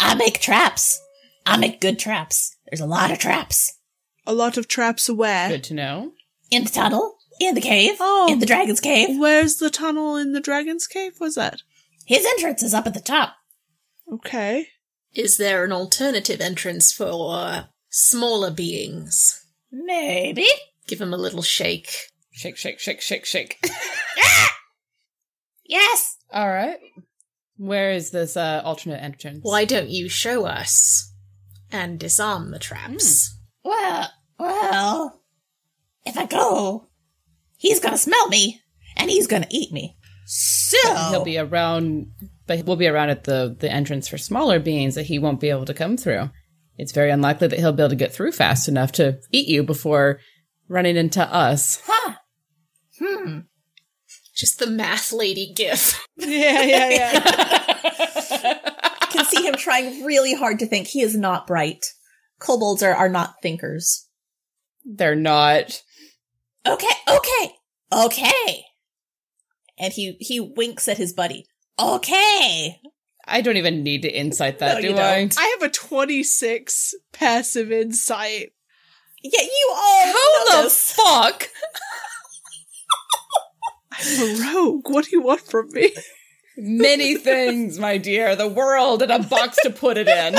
Speaker 1: I make traps. I make good traps. There's a lot of traps.
Speaker 2: A lot of traps where?
Speaker 3: Good to know.
Speaker 1: In the tunnel, in the cave,
Speaker 2: Oh.
Speaker 1: in the dragon's cave.
Speaker 2: Where's the tunnel in the dragon's cave? Was that?
Speaker 1: His entrance is up at the top.
Speaker 2: Okay.
Speaker 5: Is there an alternative entrance for smaller beings?
Speaker 1: Maybe.
Speaker 5: Give him a little shake.
Speaker 3: Shake, shake, shake, shake, shake.
Speaker 1: Yes.
Speaker 3: All right. Where is this uh, alternate entrance?
Speaker 5: Why don't you show us and disarm the traps?
Speaker 1: Well, well. If I go, he's gonna smell me and he's gonna eat me. So
Speaker 3: He'll be around, but we'll be around at the the entrance for smaller beings that he won't be able to come through. It's very unlikely that he'll be able to get through fast enough to eat you before running into us.
Speaker 1: huh. Hmm.
Speaker 5: Just the math lady gif.
Speaker 2: Yeah, yeah, yeah.
Speaker 1: can see him trying really hard to think. He is not bright. Kobolds are, are not thinkers.
Speaker 3: They're not.
Speaker 1: Okay, okay, okay. And he he winks at his buddy. Okay.
Speaker 3: I don't even need to incite that,
Speaker 1: No,
Speaker 3: do
Speaker 1: you
Speaker 3: I?
Speaker 2: I have a 26 passive insight.
Speaker 1: Yeah, you all know
Speaker 3: Who the
Speaker 1: this.
Speaker 3: fuck?
Speaker 2: I'm a rogue. What do you want from me?
Speaker 3: Many things, my dear. The world and a box to put it in.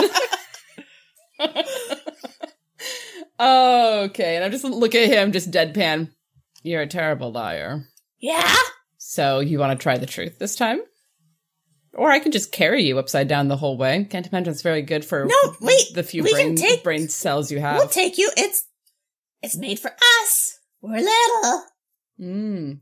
Speaker 3: okay, and I'm just look at him, just deadpan. You're a terrible liar.
Speaker 1: Yeah.
Speaker 3: So you want to try the truth this time? Or I can just carry you upside down the whole way. Can't imagine it's very good for
Speaker 1: No, wait,
Speaker 3: the few
Speaker 1: we can
Speaker 3: brain,
Speaker 1: take-
Speaker 3: brain cells you
Speaker 1: We'll
Speaker 3: have.
Speaker 1: take you. It's it's made for us. We're little.
Speaker 3: Mm.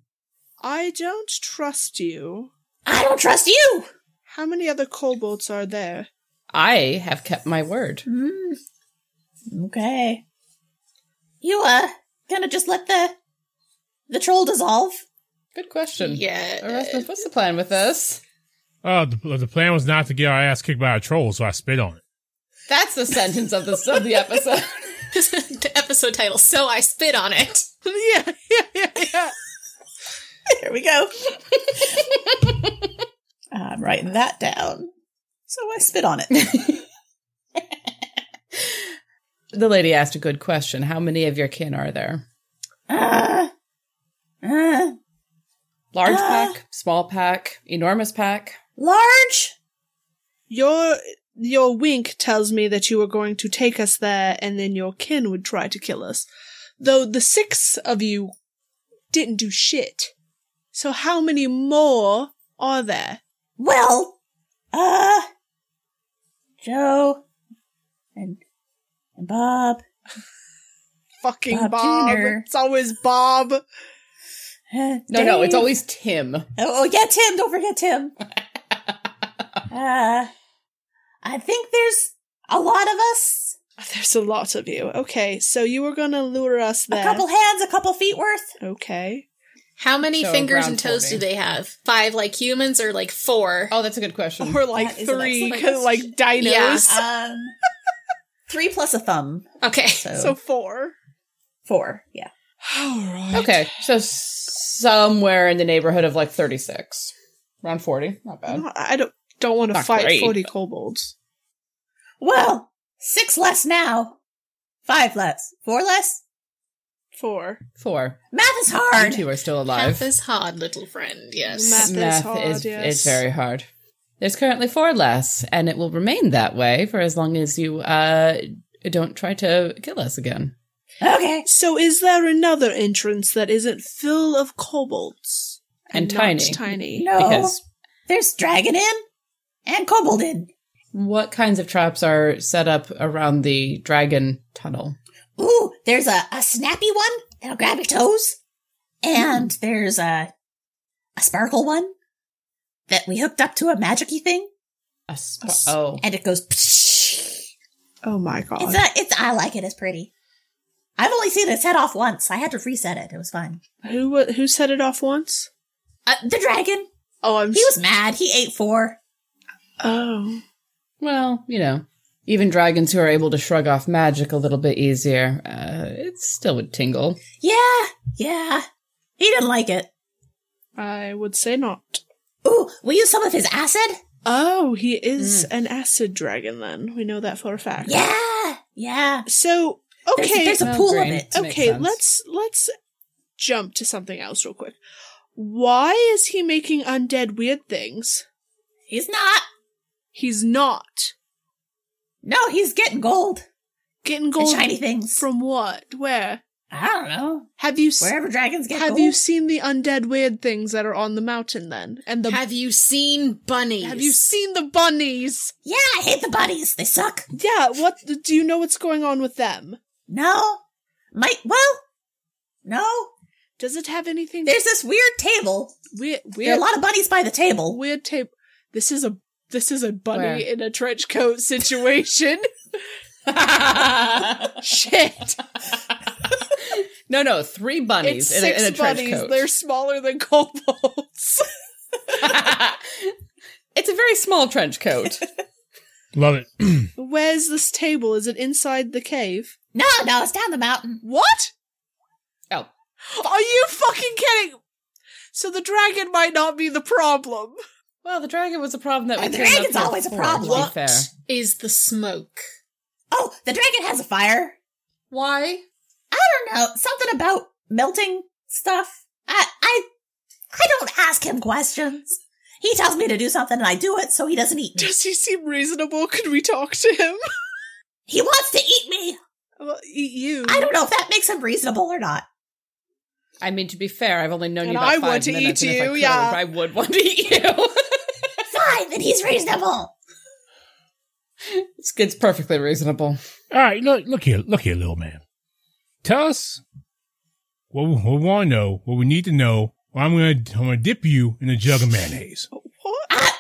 Speaker 2: I don't trust you.
Speaker 1: I don't trust you.
Speaker 2: How many other kobolds are there?
Speaker 3: I have kept my word.
Speaker 1: Hmm. Okay. You uh gonna just let the the troll dissolve?
Speaker 3: Good question.
Speaker 5: Yeah.
Speaker 3: Erasmus, what's the plan with this?
Speaker 4: Uh, the, the plan was not to get our ass kicked by a troll, so I spit on it.
Speaker 3: That's the sentence of the of the episode.
Speaker 5: the episode title. So I spit on it.
Speaker 2: yeah, yeah, yeah, yeah.
Speaker 1: There we go. I'm writing that down. So I spit on it.
Speaker 3: the lady asked a good question. How many of your kin are there?
Speaker 1: uh, uh,
Speaker 3: Large
Speaker 1: Ah.
Speaker 3: pack, small pack, enormous pack.
Speaker 1: large?
Speaker 2: Your your wink tells me that you were going to take us there and then your kin would try to kill us. Though the six of you didn't do shit. So how many more are there?
Speaker 1: Well, uh, Joe and, and Bob.
Speaker 2: Fucking
Speaker 1: Bob
Speaker 2: Bob.
Speaker 1: Jr.
Speaker 2: It's always Bob.
Speaker 1: No,
Speaker 3: No, no, it's always Tim.
Speaker 1: Oh, oh, yeah, Tim. Don't forget Tim. uh, I think there's a lot of us.
Speaker 2: There's a lot of you. Okay, so you were gonna lure us
Speaker 1: A
Speaker 2: there.
Speaker 1: couple hands, a couple feet worth.
Speaker 2: Okay.
Speaker 5: How many
Speaker 3: So
Speaker 5: fingers
Speaker 3: around
Speaker 5: and toes
Speaker 3: 20.
Speaker 5: do they have? Five like humans or like four?
Speaker 3: Oh, that's a good question.
Speaker 2: Or like
Speaker 1: That is an
Speaker 2: three,
Speaker 1: excellent
Speaker 2: 'cause, like dinos.
Speaker 1: Um, three plus a thumb.
Speaker 5: Okay.
Speaker 1: So,
Speaker 2: So four.
Speaker 1: four. Yeah.
Speaker 2: All right.
Speaker 3: Okay, so somewhere in the neighborhood of like 36, around 40. Not bad.
Speaker 2: I don't don't want to
Speaker 3: Not
Speaker 2: fight
Speaker 3: great,
Speaker 2: forty kobolds.
Speaker 1: Well, six less now. Five less. Four less.
Speaker 2: Four.
Speaker 3: Four.
Speaker 1: Math is
Speaker 3: You
Speaker 1: hard.
Speaker 3: two are still alive.
Speaker 5: Half is hard, little friend. Yes.
Speaker 2: Math is hard,
Speaker 3: is,
Speaker 2: yes.
Speaker 3: is very hard. There's currently four less, and it will remain that way for as long as you uh, don't try to kill us again.
Speaker 1: Okay.
Speaker 2: So is there another entrance that isn't full of kobolds?
Speaker 3: And
Speaker 2: not
Speaker 3: tiny.
Speaker 2: tiny.
Speaker 1: No.
Speaker 3: Because
Speaker 1: There's dragon in and kobold in.
Speaker 3: what kinds of traps are set up around the dragon tunnel?
Speaker 1: Ooh, there's a, a snappy one that'll grab your toes. And
Speaker 2: Hmm.
Speaker 1: there's a a sparkle one that we hooked up to a magicy thing
Speaker 3: A sp- oh,
Speaker 1: and it goes psh.
Speaker 2: Oh my god.
Speaker 1: It's a, it's I like it, it's pretty. I've only seen it set off once. I had to reset it. It was fun.
Speaker 2: who wa- who set it off once?
Speaker 1: Uh, the dragon.
Speaker 2: Oh, I'm
Speaker 1: He was mad. He ate four.
Speaker 2: Oh.
Speaker 3: well, you know, even dragons who are able to shrug off magic a little bit easier, uh, it still would tingle.
Speaker 1: Yeah, yeah. He didn't like it.
Speaker 2: I would say not.
Speaker 1: Ooh, we used some of his acid.
Speaker 2: Oh, he is an acid dragon then. We know that for a fact.
Speaker 1: Hmm. Yeah, yeah.
Speaker 2: So,
Speaker 1: There's-
Speaker 2: okay.
Speaker 1: there's, a
Speaker 3: Well,
Speaker 1: pool
Speaker 3: green.
Speaker 1: of it.
Speaker 3: Makes
Speaker 2: okay,
Speaker 3: sense.
Speaker 2: let's let's jump to something else real quick. Why is he making undead weird things?
Speaker 1: He's not.
Speaker 2: He's not
Speaker 1: No, he's getting gold.
Speaker 2: getting
Speaker 1: and
Speaker 2: gold
Speaker 1: shiny things.
Speaker 2: from what? Where?
Speaker 1: I don't know.
Speaker 2: Have you s-
Speaker 1: Wherever dragons get
Speaker 2: have
Speaker 1: gold.
Speaker 2: you seen the undead weird things that are on the mountain then? And the
Speaker 5: Have you seen bunnies?
Speaker 2: have you seen the bunnies?
Speaker 1: yeah, I hate the bunnies. They suck.
Speaker 2: Yeah, what do you know what's going on with them?
Speaker 1: No. Might, well, no.
Speaker 2: Does it have anything
Speaker 1: There's this weird table.
Speaker 2: weird
Speaker 1: There are
Speaker 2: weird
Speaker 1: a lot of bunnies by the table.
Speaker 2: weird tape? This is a this is a bunny
Speaker 3: Where?
Speaker 2: in a trench coat situation. Shit.
Speaker 3: No, no, three bunnies
Speaker 2: it's
Speaker 3: in, a,
Speaker 2: six
Speaker 3: in a trench
Speaker 2: bunnies.
Speaker 3: coat.
Speaker 2: They're smaller than kobolds.
Speaker 3: it's a very small trench coat.
Speaker 4: Love it.
Speaker 2: Where's this table? Is it inside the cave?
Speaker 1: No, no, it's down the mountain.
Speaker 2: What?
Speaker 3: oh,
Speaker 2: Are you fucking kidding? So the dragon might not be the problem.
Speaker 3: well, the dragon was a problem that we.
Speaker 1: The
Speaker 3: came up
Speaker 1: dragon's
Speaker 3: here
Speaker 1: always a
Speaker 3: for,
Speaker 1: problem.
Speaker 3: To be
Speaker 1: What?
Speaker 3: fair.
Speaker 5: Is the smoke?
Speaker 1: Oh, the dragon has a fire.
Speaker 3: Why?
Speaker 1: I don't know. Something about melting stuff. I, I, I don't ask him questions. He tells me to do something and I do it so he doesn't eat me.
Speaker 2: Does he seem reasonable? Could we talk to him?
Speaker 1: He wants to eat me.
Speaker 2: Well, eat you.
Speaker 1: I don't know if that makes him reasonable or not.
Speaker 3: I mean, to be fair, I've only known
Speaker 2: And
Speaker 3: you about
Speaker 2: I
Speaker 3: five
Speaker 2: want to
Speaker 3: minutes,
Speaker 2: eat
Speaker 3: and if I
Speaker 2: you,
Speaker 3: could,
Speaker 2: yeah.
Speaker 3: I would want to eat you.
Speaker 1: Fine, then he's reasonable.
Speaker 3: it's, it's perfectly reasonable.
Speaker 4: All right, look, look here, look here, little man. Tell us what we, what we want to know, what we need to know. Or I'm gonna I'm gonna dip you in a jug of mayonnaise.
Speaker 2: What?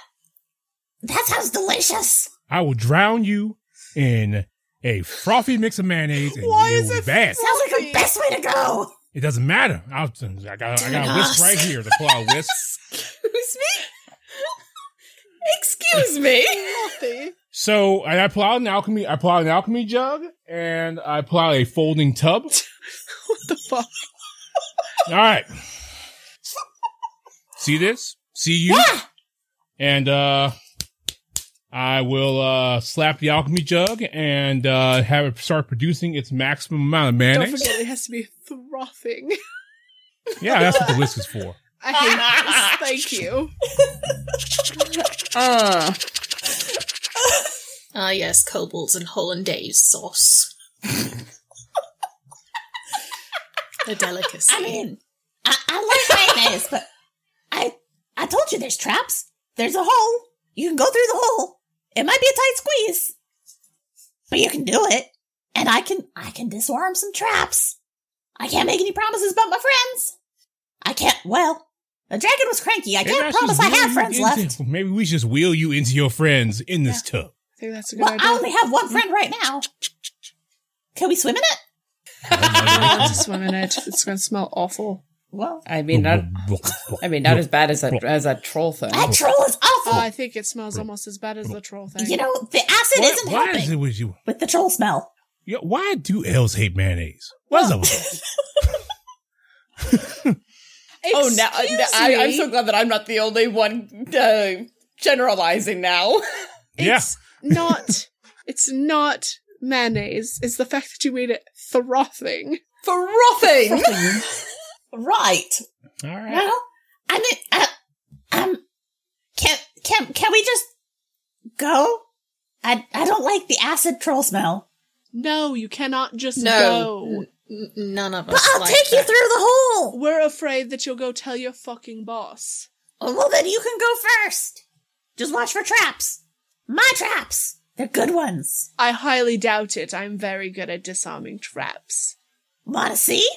Speaker 1: That sounds delicious.
Speaker 4: I will drown you in a frothy mix of mayonnaise, and
Speaker 2: Why
Speaker 4: you
Speaker 2: is
Speaker 4: will be
Speaker 2: it
Speaker 4: bad.
Speaker 1: Sounds like
Speaker 2: Fluffy.
Speaker 1: the best way to go.
Speaker 4: It doesn't matter. I'll, I got I got a
Speaker 5: Dusk.
Speaker 4: whisk right here. The claw whisk.
Speaker 3: Excuse me. Excuse me.
Speaker 2: Nothing.
Speaker 4: So and I pull out an alchemy. I pull out an alchemy jug, and I pull out a folding tub.
Speaker 2: What the fuck?
Speaker 4: All right. See this? See you?
Speaker 1: Yeah.
Speaker 4: And uh I will uh slap the alchemy jug and uh have it start producing its maximum amount of
Speaker 2: Don't
Speaker 4: mayonnaise.
Speaker 2: forget it has to be frothing.
Speaker 4: Yeah, that's what the whisk is for.
Speaker 2: I hate this. Thank you.
Speaker 3: Uh,
Speaker 5: Ah, yes, kobolds and hollandaise sauce. A delicacy.
Speaker 1: I mean, I, I like mayonnaise, but I told you there's traps. There's a hole. You can go through the hole. It might be a tight squeeze. But you can do it. And I can I can disarm some traps. I can't make any promises about my friends. I can't well, the dragon was cranky. I
Speaker 4: Maybe
Speaker 1: can't
Speaker 4: should
Speaker 1: promise I
Speaker 4: wheel
Speaker 1: have
Speaker 4: you
Speaker 1: friends
Speaker 4: into-
Speaker 1: left.
Speaker 4: Maybe we should just wheel you into your friends in this
Speaker 2: I
Speaker 4: tub.
Speaker 2: think that's a good
Speaker 1: Well, I only
Speaker 2: idea.
Speaker 1: have one friend right now. Can we swim in it?
Speaker 2: I want to swim in it. It's going to smell awful.
Speaker 1: Well,
Speaker 3: I mean, not. I mean, not as bad as a as a troll thing.
Speaker 1: that troll is awful.
Speaker 3: Oh.
Speaker 2: I think it smells almost as bad as the troll thing.
Speaker 1: you know, the acid
Speaker 4: Why-
Speaker 1: is isn't
Speaker 4: why
Speaker 1: helping
Speaker 4: is it with you?
Speaker 1: with the troll smell.
Speaker 4: Yo, why do elves hate mayonnaise? What's up with that?
Speaker 3: oh, now
Speaker 2: Excuse
Speaker 3: I, I'm
Speaker 2: me.
Speaker 3: so glad that I'm not the only one uh, generalizing now.
Speaker 4: Yeah.
Speaker 2: It's not. It's not mayonnaise. It's the fact that you made it frothing.
Speaker 3: For rothing.
Speaker 1: Right.
Speaker 4: All right.
Speaker 1: Well, I mean, uh, um, can can can we just go? I I don't like the acid troll smell.
Speaker 2: No, you cannot just
Speaker 5: No.
Speaker 2: go.
Speaker 5: N- none of us.
Speaker 1: But I'll
Speaker 5: like
Speaker 1: take you
Speaker 5: that.
Speaker 1: through the hole.
Speaker 2: We're afraid that you'll go tell your fucking boss.
Speaker 1: Oh, well, then you can go first. Just watch for traps. My traps. They're good ones.
Speaker 2: I highly doubt it. I'm very good at disarming traps.
Speaker 1: Want to see?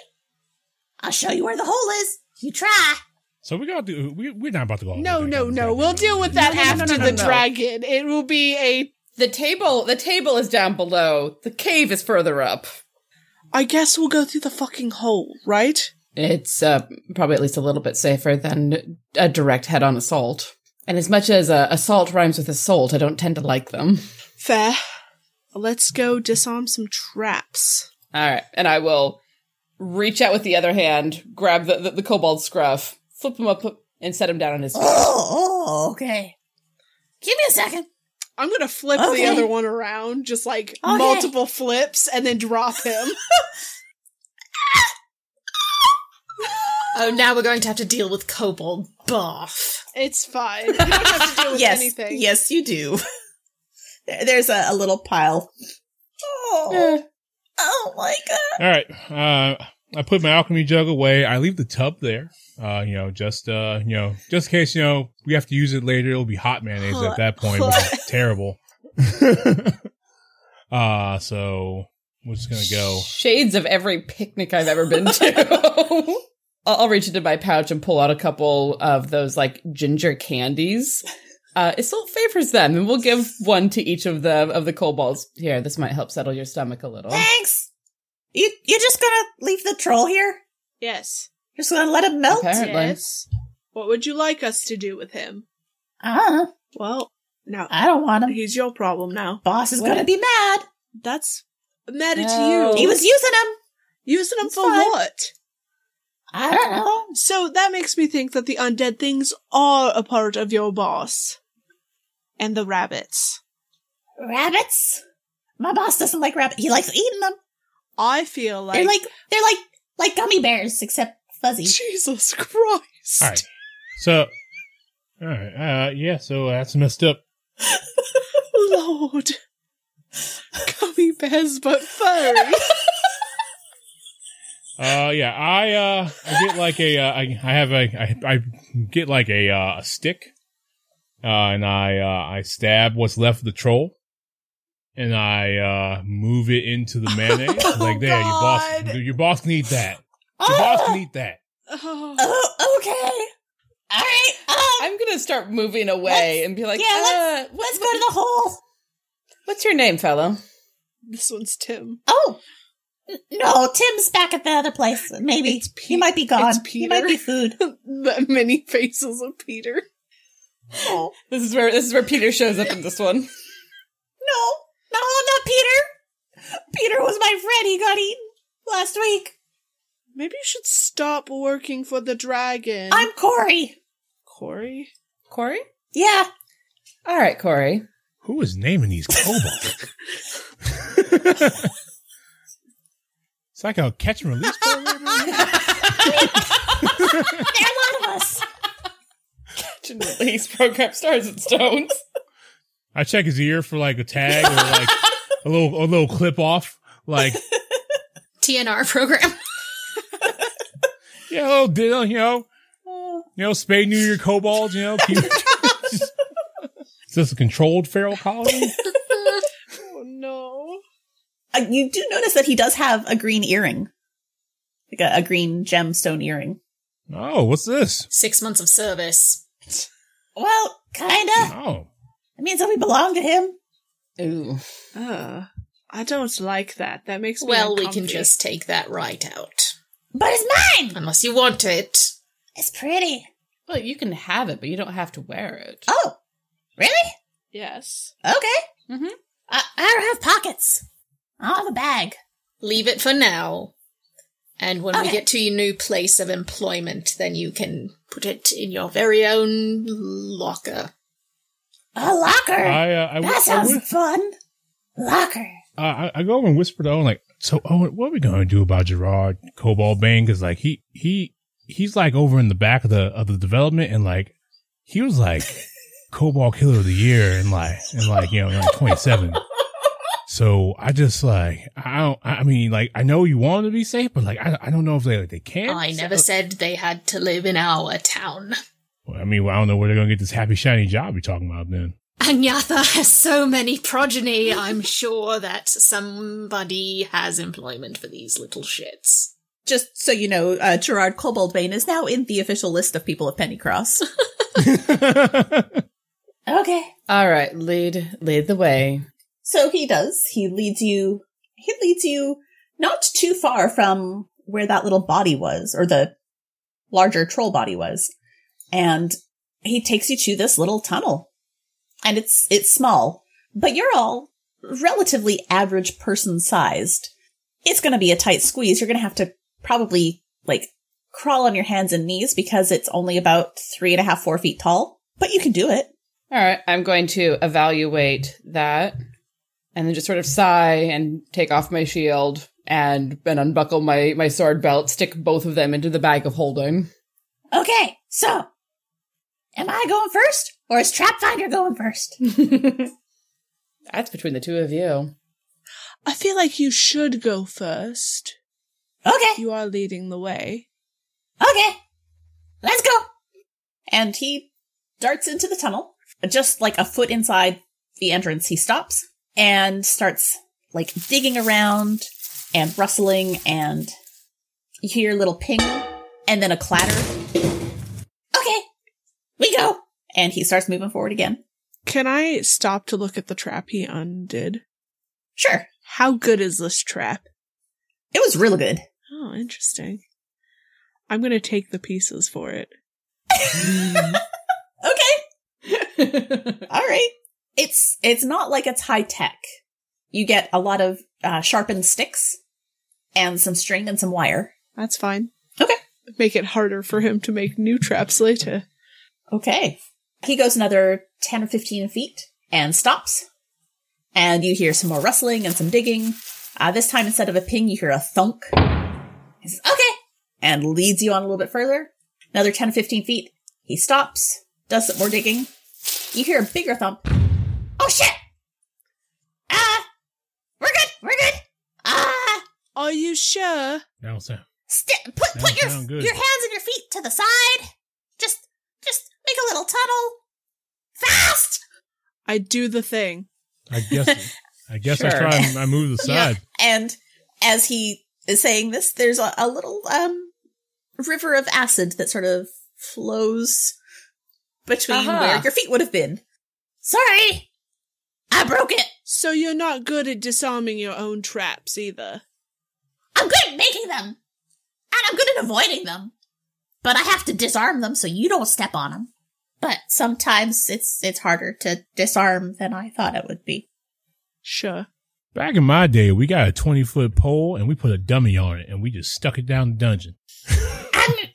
Speaker 1: I'll show you where the hole is. You try.
Speaker 4: So we're gonna do. We, we're not about to go. all the
Speaker 2: No,
Speaker 4: way back
Speaker 2: no,
Speaker 4: down
Speaker 2: no.
Speaker 4: the
Speaker 2: We'll
Speaker 4: dragon.
Speaker 2: deal with that
Speaker 3: no, no, no,
Speaker 2: after
Speaker 3: no,
Speaker 2: the
Speaker 3: no.
Speaker 2: dragon. It will be a.
Speaker 3: The table, the table is down below. The cave is further up.
Speaker 2: I guess we'll go through the fucking hole, right?
Speaker 3: It's uh, probably at least a little bit safer than a direct head-on assault. And as much as uh, assault rhymes with assault, I don't tend to like them.
Speaker 2: Fair. Let's go disarm some traps.
Speaker 3: All right, and I will reach out with the other hand, grab the the, the kobold scruff, flip him up, and set him down on his feet.
Speaker 1: Oh, oh, okay. Give me a second.
Speaker 2: I'm gonna flip
Speaker 1: Okay.
Speaker 2: the other one around, just like
Speaker 1: Okay.
Speaker 2: multiple flips, and then drop him.
Speaker 5: Oh, now we're going to have to deal with kobold buff.
Speaker 2: it's fine. You don't have to deal with
Speaker 1: yes,
Speaker 2: anything.
Speaker 1: yes, you do. There- There's a, a little pile. Oh,
Speaker 5: Hmm.
Speaker 1: oh my god!
Speaker 4: All right. Uh, I put my alchemy jug away. I leave the tub there. Uh, you know, just uh, you know, just in case you know we have to use it later. It'll be hot mayonnaise at that point, which is terrible. uh, so we're just gonna go.
Speaker 3: Shades of every picnic I've ever been to. I'll, I'll reach into my pouch and pull out a couple of those like ginger candies. Uh, Isolt favors them, and we'll give one to each of the of the kobolds. Here, this might help settle your stomach a
Speaker 2: Oh.
Speaker 3: little.
Speaker 1: Thanks. You you're just gonna leave the troll here?
Speaker 2: Yes.
Speaker 1: Just gonna let him melt?
Speaker 3: Apparently.
Speaker 2: Yes. What would you like us to do with him?
Speaker 1: Uh,
Speaker 2: Well, no.
Speaker 1: I don't want him.
Speaker 2: He's your problem now.
Speaker 1: Boss is gonna be mad.
Speaker 2: That's mad at
Speaker 3: No.
Speaker 2: you.
Speaker 1: He was using him.
Speaker 2: using him
Speaker 1: It's
Speaker 2: for
Speaker 1: fine.
Speaker 2: what?
Speaker 1: I don't know.
Speaker 2: So that makes me think that the undead things are a part of your boss. And the rabbits.
Speaker 1: Rabbits. My boss doesn't like rabbit. He likes eating them.
Speaker 2: I feel like,
Speaker 1: they're like they're like like gummy bears except fuzzy.
Speaker 2: Jesus Christ.
Speaker 4: All right. So, all right. Uh, yeah. So that's messed up.
Speaker 2: Lord. Gummy bears but furry.
Speaker 4: Uh, yeah. I uh, I get like a uh, I, I have a I, I get like a uh, a stick, uh, and I uh, I stab what's left of the troll, and I uh move it into the mayonnaise. like there, your boss,
Speaker 2: God.
Speaker 4: your boss need that. Your boss
Speaker 1: Oh,
Speaker 4: need that.
Speaker 2: Oh,
Speaker 1: oh, okay. All right. Um,
Speaker 3: I'm gonna start moving away
Speaker 1: Let's-
Speaker 3: and be like,
Speaker 1: yeah,
Speaker 3: uh, what-
Speaker 1: let's go to the hole.
Speaker 3: what's your name, fellow?
Speaker 2: this one's Tim.
Speaker 1: Oh. N- No, Tim's back at the other place. Maybe
Speaker 2: It's Pe-
Speaker 1: he might be gone.
Speaker 2: it's
Speaker 1: He might be food.
Speaker 2: the many faces of Peter.
Speaker 1: Oh.
Speaker 3: This is where this is where Peter shows up in this one.
Speaker 1: No, no, not Peter. Peter was my friend. He got eaten last week.
Speaker 2: Maybe you should stop working for the dragon.
Speaker 1: I'm Corey.
Speaker 2: Corey.
Speaker 3: Corey.
Speaker 1: Yeah,
Speaker 3: All right, Corey.
Speaker 4: Who is naming these kobolds? it's like a catch and release program.
Speaker 1: there are a lot of us.
Speaker 3: Release program stars and stones.
Speaker 4: I check his ear for like a tag or like a little a little clip off. Like
Speaker 5: TNR program.
Speaker 4: yeah, a little deal, you know. You know, spay new your kobolds, you know. Keep Is this a controlled feral colony?
Speaker 2: Oh no.
Speaker 1: Uh, you do notice that he does have a green earring, like a, a green gemstone earring.
Speaker 4: Oh, what's this?
Speaker 5: Six months of service.
Speaker 1: Well, kinda.
Speaker 4: Oh.
Speaker 1: It means that we belong to him.
Speaker 3: Ooh.
Speaker 2: Uh, I don't like that. That makes me
Speaker 5: Well, we can
Speaker 2: uncomfy.
Speaker 5: just take that right out.
Speaker 1: But it's mine!
Speaker 5: Unless you want it.
Speaker 1: It's pretty.
Speaker 3: Well, you can have it, but you don't have to wear it.
Speaker 1: Oh, really?
Speaker 2: yes.
Speaker 1: Okay.
Speaker 4: Mm-hmm.
Speaker 3: Mhm.
Speaker 1: I, I don't have pockets. I'll have a bag.
Speaker 5: Leave it for now. And when we
Speaker 1: Okay.
Speaker 5: get to your new place of employment, then you can put it in your very own locker.
Speaker 1: A locker.
Speaker 4: I, uh, I, w-
Speaker 1: that
Speaker 4: I
Speaker 1: sounds
Speaker 4: w-
Speaker 1: fun. Locker.
Speaker 4: uh, I, I go over and whisper to Owen, like, so Owen, what are we gonna do about Gerard Cobalt Bane? Because like he he he's like over in the back of the of the development, and like he was like Cobalt Killer of the Year, and like and like you know like twenty seven. So I just like I don't I mean like I know you want them to be safe, but like I, I don't know if they like they can.
Speaker 5: Oh, I never said they had to live in our town.
Speaker 4: Well, I mean well, I don't know where they're gonna get this happy shiny job you're talking about then.
Speaker 5: Anyatha has so many progeny, I'm sure that somebody has employment for these little shits.
Speaker 1: Just so you know, uh, Gerard Coboldbane is now in the official list of people of Pennycross. okay.
Speaker 3: All right, lead lead the way.
Speaker 1: So he does. He leads you. He leads you not too far from where that little body was, or the larger troll body was, and he takes you to this little tunnel. And it's it's small, but you're all relatively average person sized. It's going to be a tight squeeze. You're going to have to probably like crawl on your hands and knees because it's only about three and a half, four feet tall. But you can do it.
Speaker 3: All right, I'm going to evaluate that and then just sort of sigh and take off my shield and then unbuckle my, my sword belt, stick both of them into the bag of holding.
Speaker 1: Okay, so am I going first, or is Trapfinder going first?
Speaker 3: That's between the two of you.
Speaker 2: I feel like you should go first.
Speaker 1: Okay,
Speaker 2: You are leading the way.
Speaker 1: okay, let's go. And he darts into the tunnel, just like a foot inside the entrance. He stops and starts like digging around and rustling, and you hear a little ping and then a clatter. Okay, we go. And he starts moving forward again.
Speaker 2: Can I stop to look at the trap he undid?
Speaker 1: Sure,
Speaker 2: How good is this trap?
Speaker 1: it was real good.
Speaker 2: Oh, interesting. I'm gonna take the pieces for it.
Speaker 1: Okay. All right. It's it's not like it's high tech. You get a lot of uh, sharpened sticks and some string and some wire.
Speaker 2: That's fine.
Speaker 1: Okay.
Speaker 2: Make it harder for him to make new traps later.
Speaker 1: Okay. He goes another 10 or 15 feet and stops. And you hear some more rustling and some digging. Uh, this time, instead of a ping, you hear a thunk. He says, okay, and leads you on a little bit further. Another 10 or 15 feet. He stops, does some more digging. You hear a bigger thump. Oh shit! Ah! we're good, we're good! Ah!
Speaker 2: Are you sure?
Speaker 4: That don't sound
Speaker 1: St- put
Speaker 4: That
Speaker 1: put your
Speaker 4: sound good.
Speaker 1: your hands and your feet to the side. Just just make a little tunnel. Fast!
Speaker 2: I do the thing.
Speaker 4: I guess I guess I
Speaker 3: Sure.
Speaker 4: try and I move the
Speaker 5: Yeah.
Speaker 4: side.
Speaker 1: And as he is saying this, there's a, a little um river of acid that sort of flows between
Speaker 3: Aha.
Speaker 1: where your feet would have been. Sorry, I broke it.
Speaker 2: So you're not good at disarming your own traps either.
Speaker 1: I'm good at making them, and I'm good at avoiding them. But I have to disarm them so you don't step on them. But sometimes it's it's harder to disarm than I thought it would be.
Speaker 2: Sure.
Speaker 4: Back in my day, we got a 20 foot pole and we put a dummy on it and we just stuck it down the dungeon.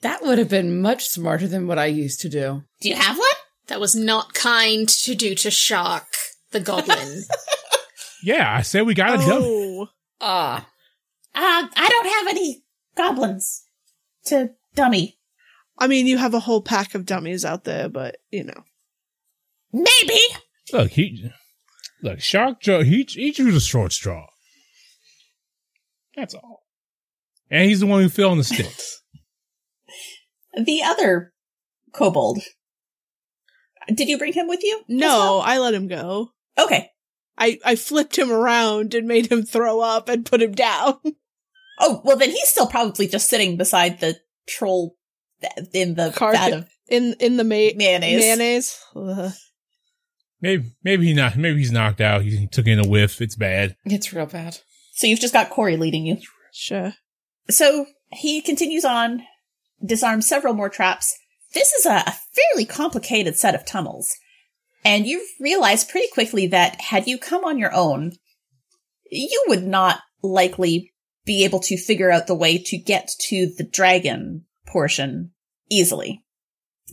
Speaker 3: That would have been much smarter than what I used to do.
Speaker 1: Do you have one?
Speaker 5: That was not kind to do to Shark, the goblin.
Speaker 4: Yeah, I said we got a dummy.
Speaker 2: Oh,
Speaker 3: Ah.
Speaker 1: Uh, I don't have any goblins to dummy.
Speaker 2: I mean, you have a whole pack of dummies out there, but you know.
Speaker 1: Maybe.
Speaker 4: Look, he, look, Shark Joe, he, he drew the short straw. That's all. And he's the one who fell on the sticks.
Speaker 1: The other kobold. Did you bring him with you? as
Speaker 2: No, I let him go.
Speaker 1: well? Okay.
Speaker 2: I, I flipped him around and made him throw up and put him down.
Speaker 1: Oh, well, then he's still probably just sitting beside the troll th- in the
Speaker 2: Carpet.
Speaker 1: vat of
Speaker 2: In in the ma-
Speaker 1: mayonnaise.
Speaker 2: mayonnaise. Ugh.
Speaker 4: Maybe maybe he not maybe he's knocked out. He, he took in a whiff. It's bad.
Speaker 3: It's real bad.
Speaker 1: So you've just got Corey leading you.
Speaker 2: Sure.
Speaker 1: So he continues on, disarms several more traps. This is a, a fairly complicated set of tunnels. And you realize pretty quickly that had you come on your own, you would not likely be able to figure out the way to get to the dragon portion easily.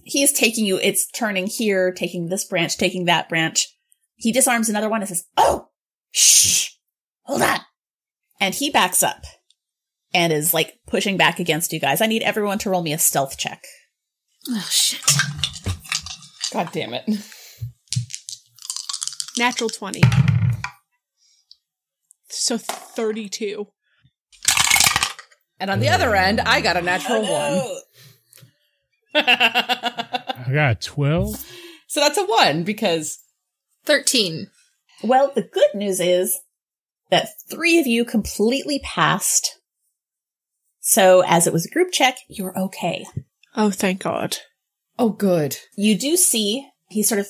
Speaker 1: He is taking you, it's turning here, taking this branch, taking that branch. He disarms another one and says, Oh, shh, hold on. And he backs up and is like pushing back against you guys. I need everyone to roll me a stealth check.
Speaker 5: Oh shit.
Speaker 3: God damn it.
Speaker 2: Natural 20. So 32.
Speaker 3: And on the other end, I got a natural one.
Speaker 4: I got a twelve.
Speaker 3: So that's a one because
Speaker 5: 13.
Speaker 1: Well, the good news is that three of you completely passed. So, as it was a group check, you're okay.
Speaker 2: Oh, thank God.
Speaker 3: oh good.
Speaker 1: You do see he sort of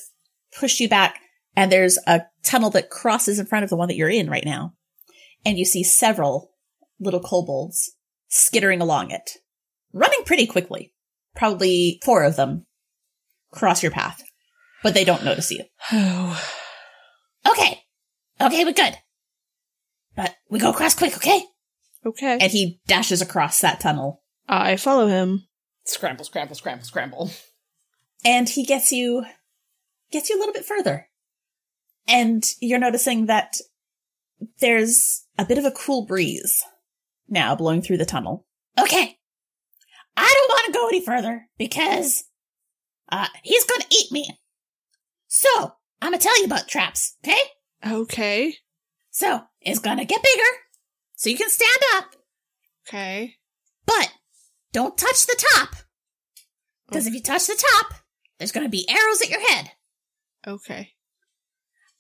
Speaker 1: pushed you back, and there's a tunnel that crosses in front of the one that you're in right now. And you see several little kobolds skittering along it, running pretty quickly. Probably four of them cross your path, but they don't notice you.
Speaker 2: Oh.
Speaker 1: Okay. Okay, we're good. But we go across quick, okay?
Speaker 2: Okay.
Speaker 1: And he dashes across that tunnel.
Speaker 2: I follow him.
Speaker 3: Scramble, scramble, scramble, scramble.
Speaker 1: And he gets you gets you a little bit further. And you're noticing that there's a bit of a cool breeze now blowing through the tunnel. Okay. I don't want to go any further because uh he's going to eat me. So, I'm going to tell you about traps, okay?
Speaker 2: Okay.
Speaker 1: So, it's going to get bigger. So you can stand up
Speaker 2: Okay.
Speaker 1: But don't touch the top. Because if you touch the top, there's going to be arrows at your head.
Speaker 2: Okay.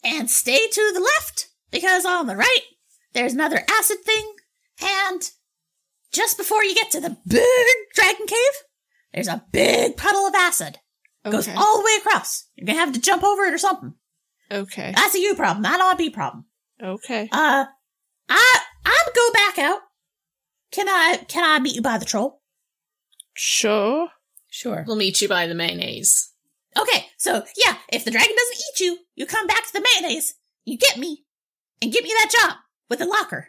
Speaker 1: And stay to the left, because on the right, there's another acid thing. And just before you get to the big dragon cave, there's a big puddle of acid.
Speaker 2: Okay.
Speaker 1: Goes all the way across. You're going to have to jump over it or something.
Speaker 2: okay.
Speaker 1: That's a you problem, not a B problem.
Speaker 2: Okay.
Speaker 1: Uh, I, I'd go back out. Can I, can I meet you by the troll?
Speaker 2: Sure.
Speaker 3: Sure.
Speaker 5: We'll meet you by the mayonnaise.
Speaker 1: Okay, so yeah, if the dragon doesn't eat you, you come back to the mayonnaise, you get me, and give me that job with the locker.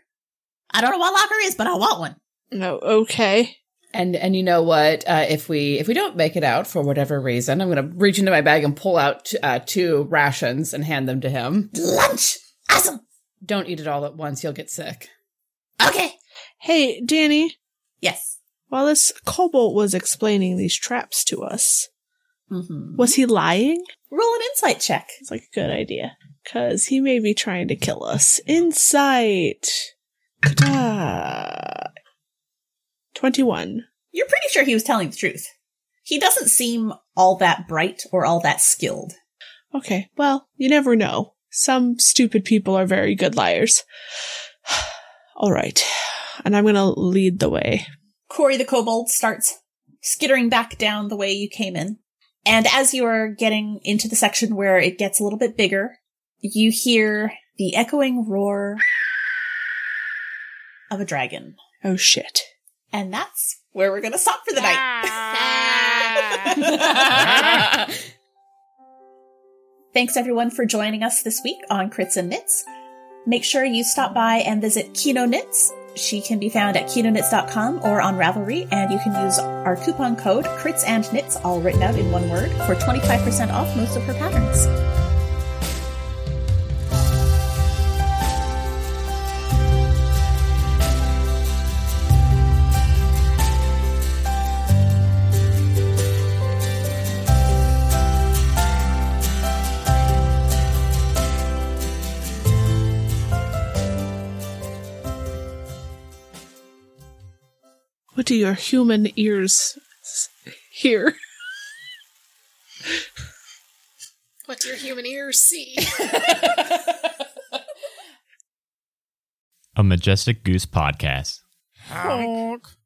Speaker 1: I don't know what locker is, but I want one.
Speaker 2: No. Okay.
Speaker 3: And and you know what? Uh, if we if we don't make it out for whatever reason, I'm going to reach into my bag and pull out uh, two rations and hand them to him.
Speaker 1: Lunch! Awesome!
Speaker 3: Don't eat it all at once; you'll get sick.
Speaker 1: Okay.
Speaker 2: Hey, Danny.
Speaker 1: Yes.
Speaker 2: While this kobold was explaining these traps to us,
Speaker 1: Mm-hmm.
Speaker 2: was he lying?
Speaker 1: Roll an insight check.
Speaker 2: It's like a good idea. Cause he may be trying to kill us. Insight. Ta-da. 21.
Speaker 1: You're pretty sure he was telling the truth. He doesn't seem all that bright or all that skilled.
Speaker 2: Okay. Well, you never know. Some stupid people are very good liars. All right. And I'm going to lead the way.
Speaker 1: Corey the kobold starts skittering back down the way you came in. And as you are getting into the section where it gets a little bit bigger, you hear the echoing roar of a dragon.
Speaker 2: Oh shit.
Speaker 1: And that's where we're going to stop for the night. Thanks everyone for joining us this week on Crits and Knits. Make sure you stop by and visit Kino Knits. She can be found at kinoknits.com or on Ravelry, and you can use our coupon code Crits and Knits, all written out in one word, for 25% off most of her patterns.
Speaker 2: What do your human ears s- hear? What your human ears see?
Speaker 6: A Majestic Goose podcast.
Speaker 7: Honk.